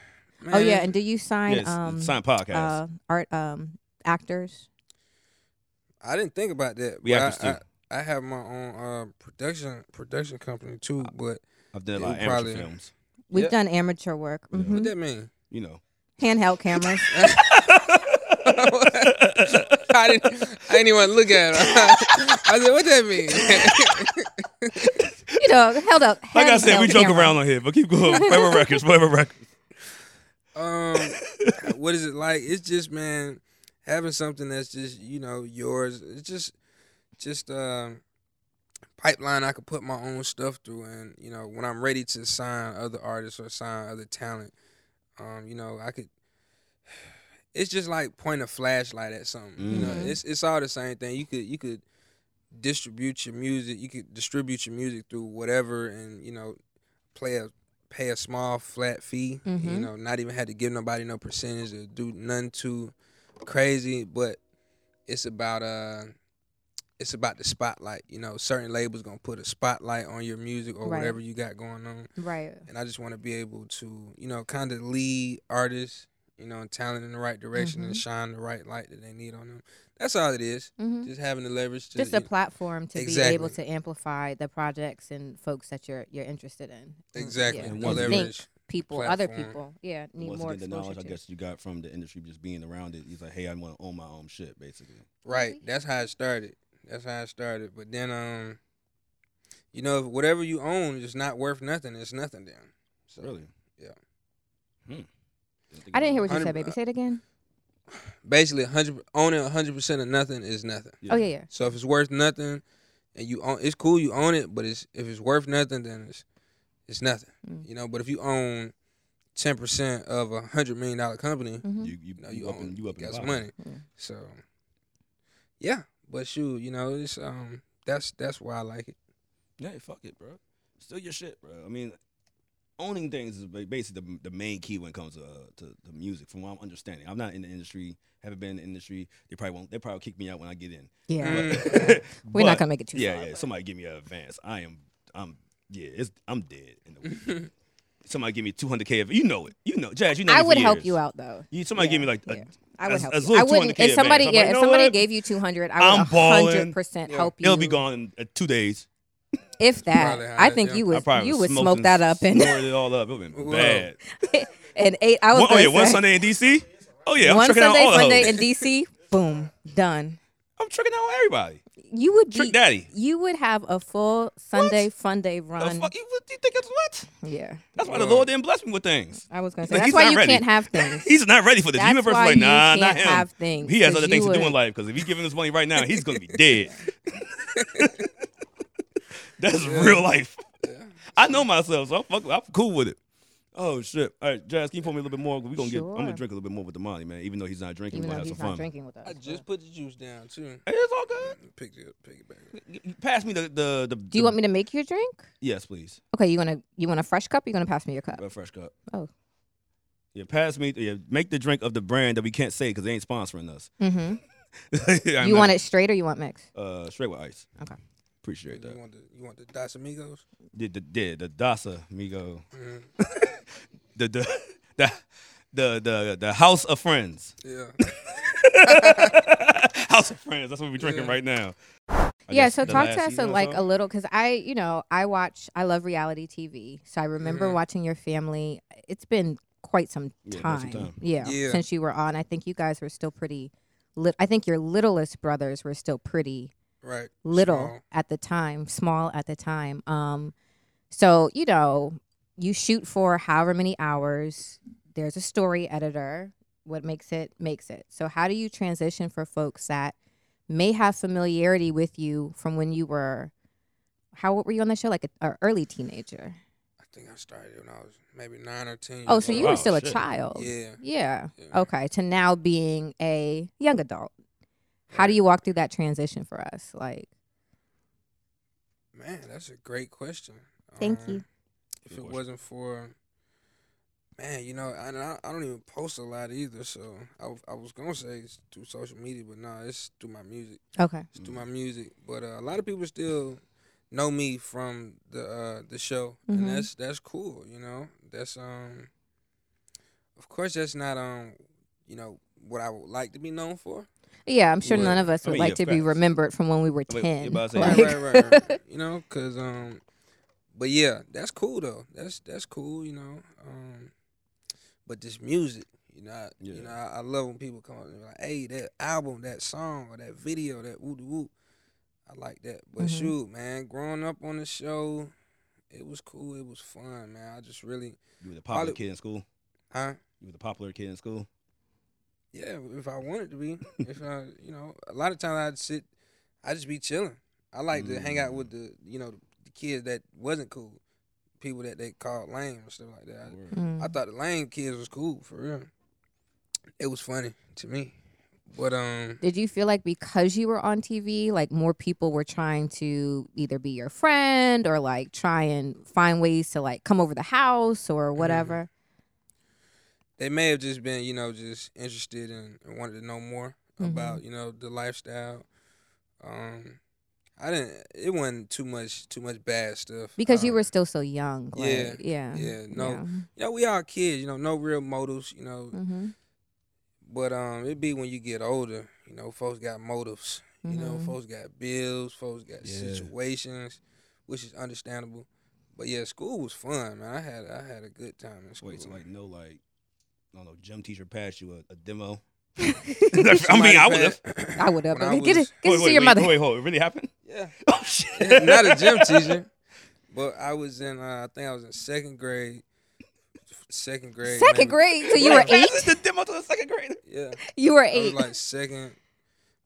Speaker 2: Man,
Speaker 1: Oh yeah, and do you sign
Speaker 3: Yeah, it's-
Speaker 1: um
Speaker 3: sign podcast.
Speaker 1: uh, art um actors?
Speaker 2: I didn't think about that.
Speaker 3: We
Speaker 2: but
Speaker 3: actors
Speaker 2: I,
Speaker 3: too.
Speaker 2: I, I have my own uh, production production company too.
Speaker 3: Uh,
Speaker 2: But
Speaker 3: I've done a
Speaker 2: yeah,
Speaker 3: lot
Speaker 2: we
Speaker 3: of amateur
Speaker 2: probably-
Speaker 3: films.
Speaker 1: We've
Speaker 2: Yeah.
Speaker 1: done amateur work.
Speaker 3: Yeah.
Speaker 2: what
Speaker 1: mhm.
Speaker 2: that mean? *laughs*
Speaker 3: You know. *laughs*
Speaker 1: Handheld cameras.
Speaker 2: I didn't. I didn't even look at it. *laughs* I said, "What that mean?" *laughs*
Speaker 1: *laughs* you know, held up.
Speaker 3: like I said, we
Speaker 1: handheld
Speaker 3: joke
Speaker 1: camera.
Speaker 3: around on here, but keep
Speaker 1: *laughs*
Speaker 3: going. Forever Records. Forever Records.
Speaker 2: um, what is it like? It's just man, having something that's just you know yours. It's just, just um, pipeline I could put my own stuff through, and you know when I'm ready to sign other artists or sign other talent, um, you know I could. *sighs* It's just like point a flashlight at something. You know,
Speaker 1: Mhm.
Speaker 2: it's it's all the same thing. You could you could distribute your music. You could distribute your music through whatever, and you know, play a pay a small flat fee. You
Speaker 1: Mhm.
Speaker 2: know, not even had to give nobody no percentage or do none too crazy. But it's about uh, it's about the spotlight. You know, certain labels gonna put a spotlight on your music or
Speaker 1: Right.
Speaker 2: whatever you got going on.
Speaker 1: Right.
Speaker 2: And I just want to be able to, you know, kind of lead artists, you know, and talent in the right direction and
Speaker 1: Mhm.
Speaker 2: shine the right light that they need on them. That's all it is.
Speaker 1: hmm
Speaker 2: Just having the leverage to
Speaker 1: Just
Speaker 2: you
Speaker 1: a platform to be able
Speaker 2: Exactly.
Speaker 1: to amplify the projects and folks that you're you're interested in. Mm,
Speaker 2: Exactly.
Speaker 1: Yeah.
Speaker 3: And
Speaker 2: The
Speaker 3: once again-
Speaker 2: leverage.
Speaker 1: Think people, other
Speaker 2: platform.
Speaker 1: people, yeah, need
Speaker 3: Once
Speaker 1: more
Speaker 3: again, the
Speaker 1: exposure.
Speaker 3: knowledge I
Speaker 1: to.
Speaker 3: guess you got from the industry, just being around it. He's like, hey, I want to own my own shit, basically.
Speaker 2: Right. That's how it started. That's how it started. But then, um, you know, if whatever you own is not worth nothing, it's nothing then. So,
Speaker 3: Really?
Speaker 2: Yeah.
Speaker 3: Hmm.
Speaker 1: I didn't hear what you said,
Speaker 2: 100
Speaker 1: baby. Say it again.
Speaker 2: Basically, a hundred owning hundred percent of nothing is nothing.
Speaker 1: Oh yeah, yeah.
Speaker 2: So if it's worth nothing, and you own, it's cool you own it, but it's if it's worth nothing, then it's it's nothing.
Speaker 1: Mm.
Speaker 2: You know. But if you own ten percent of a hundred million dollar company,
Speaker 1: hmm
Speaker 3: You you,
Speaker 2: you know,
Speaker 3: you,
Speaker 2: you,
Speaker 3: up
Speaker 2: own
Speaker 3: and you up
Speaker 2: got
Speaker 3: and
Speaker 2: some money.
Speaker 1: Mm.
Speaker 2: So, yeah. But shoot, you know, it's um, that's that's why I like it.
Speaker 3: Yeah, fuck it, bro. Steal your shit, bro. I mean, owning things is ba- basically the, the main key when it comes to, uh, to to music. From what I'm understanding, I'm not in the industry. Haven't been in the industry. They probably won't. They probably kick me out when I get in.
Speaker 1: Yeah.
Speaker 2: Mm.
Speaker 3: But-
Speaker 1: *laughs* We're not
Speaker 3: but-
Speaker 1: gonna make it too
Speaker 3: Yeah,
Speaker 1: far.
Speaker 3: yeah.
Speaker 1: but-
Speaker 3: Somebody give me an advance. I am. I'm. Yeah, it's. I'm dead. In
Speaker 1: *laughs*
Speaker 3: the week. somebody give me 200k. Of, you know it. You know, Jazz. You know.
Speaker 1: I
Speaker 3: me for
Speaker 1: would help
Speaker 3: years.
Speaker 1: you out though.
Speaker 3: You, somebody
Speaker 1: Yeah,
Speaker 3: give me like. A,
Speaker 1: yeah. I would
Speaker 3: as-
Speaker 1: help.
Speaker 3: as
Speaker 1: you.
Speaker 3: little
Speaker 1: I
Speaker 3: as
Speaker 1: wouldn't.
Speaker 3: 200K
Speaker 1: If somebody,
Speaker 3: advance. I'm
Speaker 1: yeah,
Speaker 3: like,
Speaker 1: if
Speaker 3: "You know
Speaker 1: somebody
Speaker 3: what?
Speaker 1: gave you two hundred, I
Speaker 3: I'm
Speaker 1: would
Speaker 3: balling.
Speaker 1: hundred percent
Speaker 2: Yeah.
Speaker 1: help you.
Speaker 3: It'll be gone in uh, two days.
Speaker 1: If that,
Speaker 2: Probably how
Speaker 1: I
Speaker 2: that-
Speaker 1: think
Speaker 2: yeah.
Speaker 1: you
Speaker 3: I
Speaker 1: would.
Speaker 3: probably
Speaker 1: You would
Speaker 3: smoked
Speaker 1: smoke
Speaker 3: and
Speaker 1: that up and
Speaker 3: poured it all up. It
Speaker 1: *laughs*
Speaker 3: would been
Speaker 2: Whoa.
Speaker 3: bad.
Speaker 1: and eight. I was
Speaker 3: One, oh
Speaker 1: gonna
Speaker 3: yeah, one
Speaker 1: say,
Speaker 3: Sunday in DC. Oh yeah, I'm
Speaker 1: one
Speaker 3: tricking out
Speaker 1: Sunday,
Speaker 3: all of
Speaker 1: Sunday
Speaker 3: them.
Speaker 1: in DC. Boom, done.
Speaker 3: I'm tricking out everybody.
Speaker 1: You would
Speaker 3: Trick
Speaker 1: be.
Speaker 3: Daddy.
Speaker 1: You would have a full Sunday fun day
Speaker 3: The
Speaker 1: run.
Speaker 3: fuck you, what, you think it's what?
Speaker 1: Yeah,
Speaker 3: That's why the
Speaker 2: Whoa.
Speaker 3: Lord didn't bless me with things.
Speaker 1: I was gonna say.
Speaker 3: Like,
Speaker 1: that's
Speaker 3: he's
Speaker 1: why
Speaker 3: not
Speaker 1: you
Speaker 3: ready.
Speaker 1: can't have
Speaker 3: *laughs*
Speaker 1: things.
Speaker 3: He's not ready for this.
Speaker 1: That's
Speaker 3: universe is
Speaker 1: why
Speaker 3: like,
Speaker 1: you
Speaker 3: nah, not
Speaker 1: can't
Speaker 3: him.
Speaker 1: have things,
Speaker 3: he has
Speaker 1: 'cause
Speaker 3: other things
Speaker 1: you
Speaker 3: to do in
Speaker 1: would-
Speaker 3: life. Because if he giving this money right now, he's gonna be dead. *laughs* That's real life. I know myself, so I'm, fuck, I'm cool with it. Oh shit! All right, Jazz, can you pour me a little bit more? We gonna get. I'm gonna
Speaker 1: Sure.
Speaker 3: drink a little bit more with the money, man. Even though he's not drinking,
Speaker 1: Even
Speaker 3: we're
Speaker 1: though
Speaker 3: gonna have
Speaker 1: he's
Speaker 3: some
Speaker 1: not
Speaker 3: fun.
Speaker 1: drinking with us.
Speaker 2: I just put the juice down too.
Speaker 3: Hey, it's all good.
Speaker 2: Pick it, pick it back up.
Speaker 3: You- you Pass me the the. the
Speaker 1: Do you want me to make you a drink?
Speaker 3: Yes, please.
Speaker 1: Okay, you wanna you want a fresh cup? You're gonna pass me your cup.
Speaker 3: A fresh cup.
Speaker 1: Oh.
Speaker 3: Yeah, pass me. Yeah, make the drink of the brand that we can't say because they ain't sponsoring us.
Speaker 1: Mm-hmm.
Speaker 3: I
Speaker 1: You want
Speaker 3: mean,
Speaker 1: it straight or you want mix?
Speaker 3: Uh, straight with ice.
Speaker 1: Okay.
Speaker 3: Appreciate
Speaker 2: You
Speaker 3: that.
Speaker 2: want the you want the Dos Amigos?
Speaker 3: The the the, the Dasa Migo.
Speaker 2: Mhm.
Speaker 3: *laughs* The the the the the the House of Friends.
Speaker 2: Yeah.
Speaker 3: House of Friends. That's what we're drinking
Speaker 2: Yeah.
Speaker 3: right now. I
Speaker 1: yeah,
Speaker 3: guess,
Speaker 1: so
Speaker 3: the
Speaker 1: talk
Speaker 3: last
Speaker 1: to us
Speaker 3: season
Speaker 1: a,
Speaker 3: or
Speaker 1: like
Speaker 3: so?
Speaker 1: a little because I, you know, I watch, I love reality TV. So I remember
Speaker 2: Mhm.
Speaker 1: watching your family. It's been quite some
Speaker 3: Yeah, quite
Speaker 1: time,
Speaker 3: some
Speaker 1: yeah,
Speaker 3: time.
Speaker 2: Yeah.
Speaker 1: since you were on. I think you guys were still pretty. Li- I think your littlest brothers were still pretty
Speaker 2: *laughs* Right.
Speaker 1: little
Speaker 2: Small.
Speaker 1: at the time, small at the time. Um, so you know, you shoot for however many hours. There's a story editor. What makes it makes it. So how do you transition for folks that may have familiarity with you from when you were? How what were you on the show? Like a, a early teenager.
Speaker 2: I think I started when I was maybe nine or ten.
Speaker 1: Oh, so you Oh.
Speaker 3: wow,
Speaker 1: were still a
Speaker 3: shit.
Speaker 1: child.
Speaker 2: Yeah.
Speaker 1: Yeah.
Speaker 2: yeah.
Speaker 1: Okay. To now being a young adult. How do you walk through that transition for us? Like,
Speaker 2: Man, that's a great question. Um,
Speaker 1: Thank you.
Speaker 2: If
Speaker 3: Good
Speaker 2: it
Speaker 3: question.
Speaker 2: wasn't for, man, you know, and I, I don't even post a lot either. So I, was- I was gonna say it's through social media, but no, it's through my music.
Speaker 1: okay.
Speaker 2: It's through my music. But uh, a lot of people still know me from the uh, the show,
Speaker 1: Mhm.
Speaker 2: and that's that's cool. You know, that's um, of course, that's not um, you know, what I would like to be known for.
Speaker 1: Yeah, I'm sure
Speaker 2: Well,
Speaker 1: none of us
Speaker 3: I
Speaker 1: would
Speaker 3: mean,
Speaker 1: like to
Speaker 3: yeah,
Speaker 1: be
Speaker 3: facts.
Speaker 1: remembered from when we were
Speaker 3: I mean,
Speaker 1: 10.
Speaker 3: you about to say-
Speaker 1: Like-
Speaker 2: right, right, right, right, right. You know, cause um, but yeah, that's cool though. That's that's cool, you know. Um, but this music, you know, I,
Speaker 3: Yeah.
Speaker 2: you know, I, I love when people come up and be like, "Hey, that album, that song, or that video, that woo woo." I like that. But
Speaker 1: Mhm.
Speaker 2: shoot, man, growing up on the show, it was cool. It was fun, man. I just really,
Speaker 3: You were the popular
Speaker 2: Probably-
Speaker 3: kid in school.
Speaker 2: huh?
Speaker 3: You were the popular kid in school.
Speaker 2: Yeah, if I wanted to be, if I, you know, a lot of times I'd sit, I'd just be chilling. I like to hang out with the, you know, the kids that wasn't cool, people that they called lame and stuff like that. I,
Speaker 3: Word.
Speaker 1: *laughs* Mm.
Speaker 2: I thought the lame kids was cool for real. It was funny to me, but um,
Speaker 1: Did you feel like because you were on TV, like more people were trying to either be your friend or like try and find ways to like come over the house or
Speaker 2: Mm-hmm.
Speaker 1: whatever?
Speaker 2: they may have just been, you know, just interested in and wanted to know more
Speaker 1: Mhm.
Speaker 2: about, you know, the lifestyle. Um, I didn't. It wasn't too much, too much bad stuff
Speaker 1: Because you
Speaker 2: Um,
Speaker 1: were still so young. Like,
Speaker 2: yeah,
Speaker 1: Yeah.
Speaker 2: yeah, no. Yeah, we all kids, you know, no real motives, you know.
Speaker 1: Mm-hmm.
Speaker 2: But um, it be when you get older, you know, folks got motives. You know,
Speaker 1: Mm-hmm.
Speaker 2: folks got bills, folks got
Speaker 3: Yeah.
Speaker 2: situations, which is understandable. But yeah, school was fun, man. I had I had a good time in school.
Speaker 3: Wait, so
Speaker 2: man.
Speaker 3: like *laughs* no like, I don't know, gym teacher passed you a, a demo.
Speaker 2: *laughs*
Speaker 3: I
Speaker 2: Somebody
Speaker 3: mean, I would have.
Speaker 2: passed-
Speaker 1: mm-hmm. *laughs* I would have.
Speaker 2: when I
Speaker 1: Get
Speaker 2: was-
Speaker 1: it, get it to your mother.
Speaker 3: Wait, hold, it really happened?
Speaker 2: Yeah,
Speaker 3: *laughs* Oh shit!
Speaker 2: not a gym teacher, but I was in. Uh, I think I was in second grade. Second grade.
Speaker 1: Second
Speaker 2: maybe-
Speaker 1: grade. So you were
Speaker 2: *laughs*
Speaker 3: Passes
Speaker 1: eight?
Speaker 3: the demo to the second grader.
Speaker 2: Yeah.
Speaker 1: You were
Speaker 2: I was
Speaker 1: eight.
Speaker 2: like second,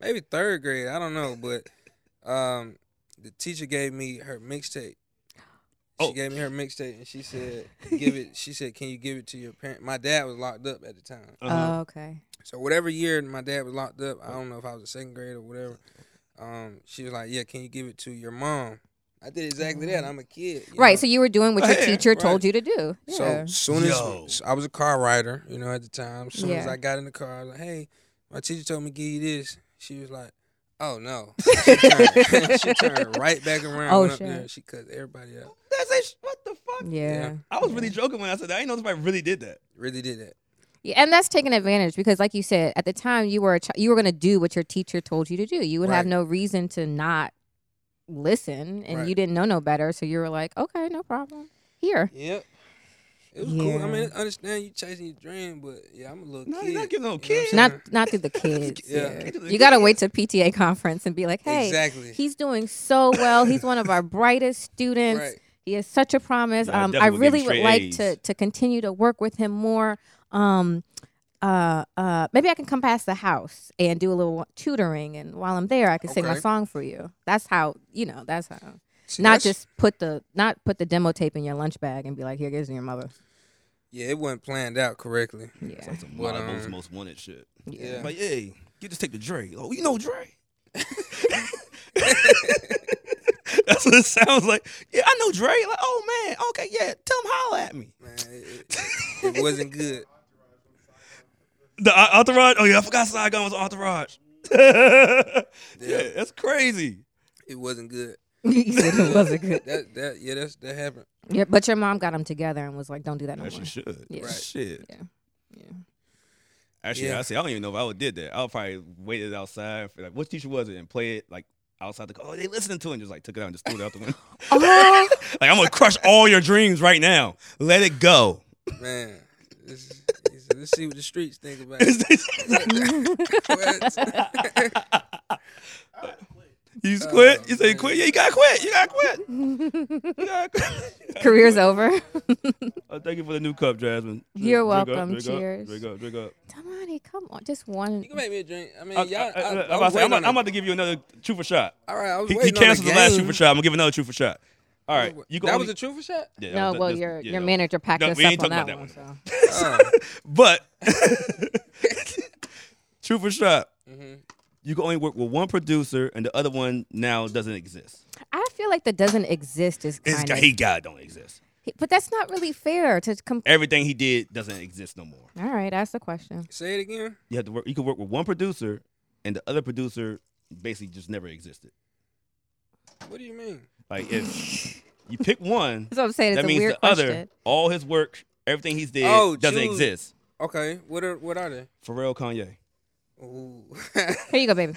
Speaker 2: maybe third grade. I don't know, but um, the teacher gave me her mixtape.
Speaker 3: Oh.
Speaker 2: She gave me her mixtape, and she said, "Give it." She said, "Can you give it to your parent?" My dad was locked up at the time,
Speaker 3: Uh-huh.
Speaker 1: Oh, okay.
Speaker 2: so whatever year my dad was locked up, I don't know if I was in second grade or whatever. Um, she was like, "Yeah, can you give it to your mom?" I did exactly that. I'm a kid, you
Speaker 1: Right.
Speaker 2: know?
Speaker 1: So you were doing what
Speaker 2: *laughs*
Speaker 1: your
Speaker 2: Yeah,
Speaker 1: teacher told
Speaker 2: right.
Speaker 1: you to do.
Speaker 2: So
Speaker 1: Yeah.
Speaker 2: soon as
Speaker 3: Yo.
Speaker 2: so I was a car rider, you know, at the time. Soon as
Speaker 1: Yeah.
Speaker 2: I got in the car, I was like, "Hey, my teacher told me to give you this." She was like, "Oh
Speaker 1: *laughs*
Speaker 2: no!" She turned, *laughs* she turned right back around.
Speaker 1: Oh,
Speaker 2: went up
Speaker 1: shit.
Speaker 2: there, She cut everybody out.
Speaker 3: That's a, sh- what the fuck?
Speaker 1: Oh. yeah.
Speaker 3: I was really joking when I said that. I didn't know if I really did that.
Speaker 2: Really did that.
Speaker 1: Yeah, and that's taking advantage because, like you said, at the time you were a chi- you were going to do what your teacher told you to do. You would have
Speaker 2: Right.
Speaker 1: no reason to not listen, and
Speaker 2: Right.
Speaker 1: you didn't know no better, so you were like, "Okay, no problem. Here,
Speaker 2: Yep. It was cool. I
Speaker 1: Yeah.
Speaker 2: mean, I understand you chasing your dream, but yeah, I'm a little
Speaker 3: No,
Speaker 2: kid.
Speaker 3: you're not giving no
Speaker 2: you know what
Speaker 3: kid.
Speaker 2: I'm
Speaker 1: not
Speaker 2: saying?
Speaker 1: not through the kids.
Speaker 2: *laughs* Yeah.
Speaker 1: yeah.
Speaker 3: Can't do the
Speaker 1: you got to
Speaker 3: kids.
Speaker 1: wait to PTA conference and be like, "Hey,
Speaker 2: exactly.
Speaker 1: he's doing so well. He's one of our brightest students.
Speaker 2: Right.
Speaker 1: He is such a promise.
Speaker 3: Yeah, I
Speaker 1: um, I
Speaker 3: definitely
Speaker 1: really
Speaker 3: give
Speaker 1: would
Speaker 3: him
Speaker 1: like
Speaker 3: straight
Speaker 1: to
Speaker 3: A's.
Speaker 1: to continue to work with him more. Um, uh, uh, maybe I can come past the house and do a little tutoring, and while I'm there, I can sing my
Speaker 2: Okay.
Speaker 1: song for you. That's how you know. That's how.
Speaker 2: See,
Speaker 1: not
Speaker 2: that's-
Speaker 1: just put the not put the demo tape in your lunch bag and be like, here gives to your mother.
Speaker 2: Yeah, it wasn't planned out correctly.
Speaker 1: Yeah,
Speaker 3: That's some
Speaker 2: But,
Speaker 3: Malibu's
Speaker 2: um,
Speaker 3: most wanted shit.
Speaker 2: Yeah.
Speaker 3: Like, hey, you just take the Dre. Oh, you know Dre. *laughs* That's what it sounds like. Yeah, I know Dre. Like, oh man, okay, yeah. Tell him holler at me.
Speaker 2: Man, it, it, it wasn't good.
Speaker 3: The uh, entourage. Oh yeah, I forgot Saigon was entourage. *laughs* yeah.
Speaker 2: Yeah.
Speaker 3: that's crazy.
Speaker 2: It wasn't good.
Speaker 1: He said *laughs* it wasn't good.
Speaker 2: That that yeah, that's that happened.
Speaker 1: Yeah, but your mom got them together and was like, don't do that no
Speaker 3: As
Speaker 1: more.
Speaker 3: you should.
Speaker 1: Yeah.
Speaker 2: Right.
Speaker 3: Shit.
Speaker 1: Yeah. Yeah.
Speaker 3: Actually,
Speaker 2: Yeah.
Speaker 3: I say I don't even know if I would did that. I would probably waited outside for like what teacher was it and play it like outside the car. Oh, they listening to it and just like took it out and just threw it out
Speaker 2: *laughs*
Speaker 3: the window.
Speaker 1: Oh.
Speaker 3: like I'm gonna crush all your dreams right now. Let it go. *laughs*
Speaker 2: Man, this- this- let's see what the streets think about
Speaker 3: *laughs*
Speaker 2: it. What?
Speaker 3: you just
Speaker 1: Oh,
Speaker 3: quit? You say you quit? Yeah, you gotta quit. You gotta quit. You
Speaker 1: *laughs*
Speaker 3: gotta quit.
Speaker 1: *laughs*
Speaker 3: *laughs*
Speaker 1: Career's over. *laughs*
Speaker 3: Uh, thank you for the new cup, Jasmine. Drink-
Speaker 1: You're
Speaker 3: drink up,
Speaker 1: welcome.
Speaker 3: drink up,
Speaker 1: Cheers.
Speaker 3: drink up. Drink up.
Speaker 1: Damani, come on. Just one.
Speaker 2: you can make me a drink. I mean,
Speaker 3: I,
Speaker 2: y'all. I,
Speaker 3: am
Speaker 2: I,
Speaker 3: about
Speaker 2: was
Speaker 3: to say, uh, I'm,
Speaker 2: waiting
Speaker 3: about,
Speaker 2: on
Speaker 3: I'm
Speaker 2: it.
Speaker 3: about to give you another truth shot.
Speaker 2: All right, I was
Speaker 3: He, he
Speaker 2: waiting on
Speaker 3: canceled the, last
Speaker 2: game.
Speaker 3: truth shot. I'm gonna give another truth shot. All right, you can
Speaker 2: that
Speaker 3: only-
Speaker 2: was a truth shot.
Speaker 3: Yeah,
Speaker 1: No,
Speaker 3: that-
Speaker 1: well,
Speaker 3: that's-
Speaker 1: your
Speaker 3: yeah,
Speaker 1: your
Speaker 3: no.
Speaker 1: manager packed
Speaker 3: No,
Speaker 1: us
Speaker 3: we
Speaker 1: up
Speaker 3: ain't
Speaker 1: on
Speaker 3: talking
Speaker 1: that,
Speaker 3: about
Speaker 1: one.
Speaker 3: that
Speaker 1: so.
Speaker 2: Oh,
Speaker 1: *laughs*
Speaker 3: But *laughs* truth or shot,
Speaker 2: mhm.
Speaker 3: you can only work with one producer, and the other one now doesn't exist.
Speaker 1: I feel like that doesn't exist is
Speaker 3: This
Speaker 1: kind
Speaker 3: guy,
Speaker 1: of,
Speaker 3: he God don't exist.
Speaker 1: but that's not really fair to come.
Speaker 3: Everything he did doesn't exist no more.
Speaker 1: All right, ask the question.
Speaker 2: Say it again.
Speaker 3: You have to work. You can work with one producer, and the other producer basically just never existed.
Speaker 2: What do you mean?
Speaker 3: Like
Speaker 1: *laughs*
Speaker 3: if you pick one,
Speaker 1: That's what I'm saying. It's
Speaker 3: that
Speaker 1: a
Speaker 3: means
Speaker 1: weird
Speaker 3: the
Speaker 1: question.
Speaker 3: other, all his work, everything he's did,
Speaker 2: Oh,
Speaker 3: doesn't
Speaker 2: choose-
Speaker 3: exist.
Speaker 2: Okay, what are what are they?
Speaker 3: Pharrell, Kanye.
Speaker 2: Ooh. *laughs*
Speaker 1: Here you go,
Speaker 3: *laughs*
Speaker 1: baby.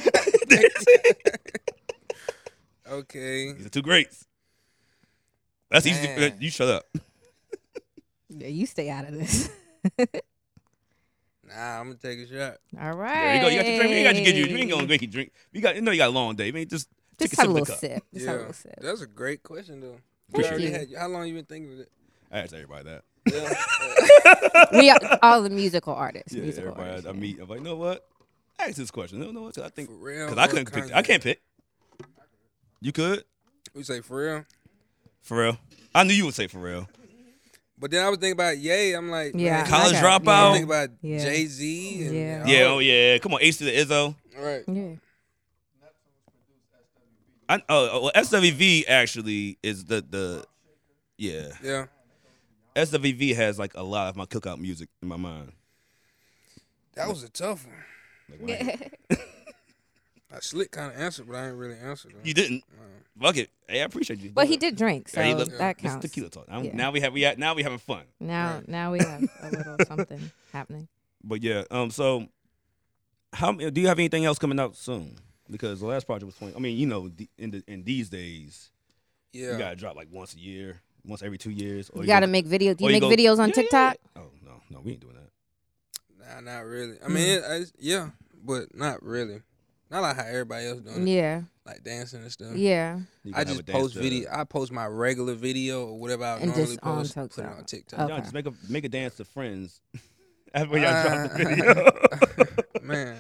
Speaker 2: okay.
Speaker 3: These are two greats. That's easy. To,
Speaker 2: Man.
Speaker 3: you shut up.
Speaker 1: Yeah, you stay out of this. *laughs*
Speaker 2: Nah, I'm gonna take a shot.
Speaker 1: All right.
Speaker 3: There you go. You got your drink. You ain't got to get you. You ain't gonna make you drink. You got. You know you got a long day. I mean, just take
Speaker 1: Just have a
Speaker 3: sip of the
Speaker 1: little
Speaker 3: cup.
Speaker 1: sip. Just have a little sip.
Speaker 2: That's a great question though.
Speaker 1: Thank
Speaker 2: already
Speaker 1: you.
Speaker 2: had- how long you been thinking of
Speaker 3: *laughs*
Speaker 2: it?
Speaker 3: I asked everybody that.
Speaker 2: Yeah. uh,
Speaker 1: we are all the musical artists.
Speaker 3: Yeah,
Speaker 1: musical
Speaker 3: everybody
Speaker 1: artists.
Speaker 3: I
Speaker 1: yeah.
Speaker 3: meet. I'm like, you know what? I asked this question. You know what? 'Cause I think
Speaker 2: Pharrell
Speaker 3: because I
Speaker 2: or
Speaker 3: couldn't pick.
Speaker 2: Kanye?
Speaker 3: I can't pick. You could,
Speaker 2: We say for real.
Speaker 3: for real. I knew you would say for real.
Speaker 2: But then I was thinking about Yay. I'm like,
Speaker 1: Yeah,
Speaker 2: man,
Speaker 3: College
Speaker 1: I
Speaker 2: I
Speaker 1: got-
Speaker 3: dropout?
Speaker 2: was thinking about
Speaker 1: Yeah.
Speaker 2: Jay Z.
Speaker 1: Yeah.
Speaker 3: Yeah. Oh yeah. Come on. Ace to the Izzo.
Speaker 2: All right.
Speaker 1: Yeah. yeah.
Speaker 3: I, oh, well, SWV actually is the the. Yeah.
Speaker 2: Yeah.
Speaker 3: SWV has like a lot of my cookout music in my mind.
Speaker 2: That was a tough one.
Speaker 3: Like, when I-
Speaker 2: I slick kind of answered, Uh, but I didn't really answer. though.
Speaker 3: you didn't. Fuck it. Hey, I appreciate you.
Speaker 1: *laughs* But he did drink, so
Speaker 3: Hey, look,
Speaker 1: that
Speaker 3: this is
Speaker 1: counts.
Speaker 3: tequila talk. Now-
Speaker 1: Yeah.
Speaker 3: Now we have we at, now we having fun.
Speaker 1: Now,
Speaker 2: Right.
Speaker 1: now we have a little
Speaker 3: *laughs*
Speaker 1: something happening.
Speaker 3: But yeah, um, so how do you have anything else coming out soon? Because the last project was twenty. I mean, you know, the- in the, in these days,
Speaker 2: Yeah.
Speaker 3: you gotta drop like once a year, once every two years. Or
Speaker 1: You gotta make video. Do
Speaker 3: or
Speaker 1: you make
Speaker 3: go-
Speaker 1: videos on
Speaker 3: Yeah, yeah,
Speaker 1: TikTok?
Speaker 3: yeah. Oh no, no, we ain't doing that.
Speaker 2: Nah, not really. I mean, it, it's- yeah, but not really. Not like how everybody else doing it,
Speaker 1: Yeah,
Speaker 2: like dancing and stuff.
Speaker 1: yeah.
Speaker 3: You
Speaker 2: I
Speaker 3: gotta have
Speaker 2: just
Speaker 3: a dance
Speaker 2: post
Speaker 3: to-
Speaker 2: video. I post my regular video or whatever I
Speaker 1: And
Speaker 2: normally
Speaker 1: just on
Speaker 2: post. put it
Speaker 1: TikTok.
Speaker 2: on TikTok.
Speaker 1: Oh.
Speaker 3: Y'all
Speaker 1: Okay.
Speaker 3: just make a make a dance to friends. *laughs* After y'all
Speaker 2: *laughs*
Speaker 3: drop the
Speaker 2: Uh,
Speaker 3: video.
Speaker 2: *laughs* Man,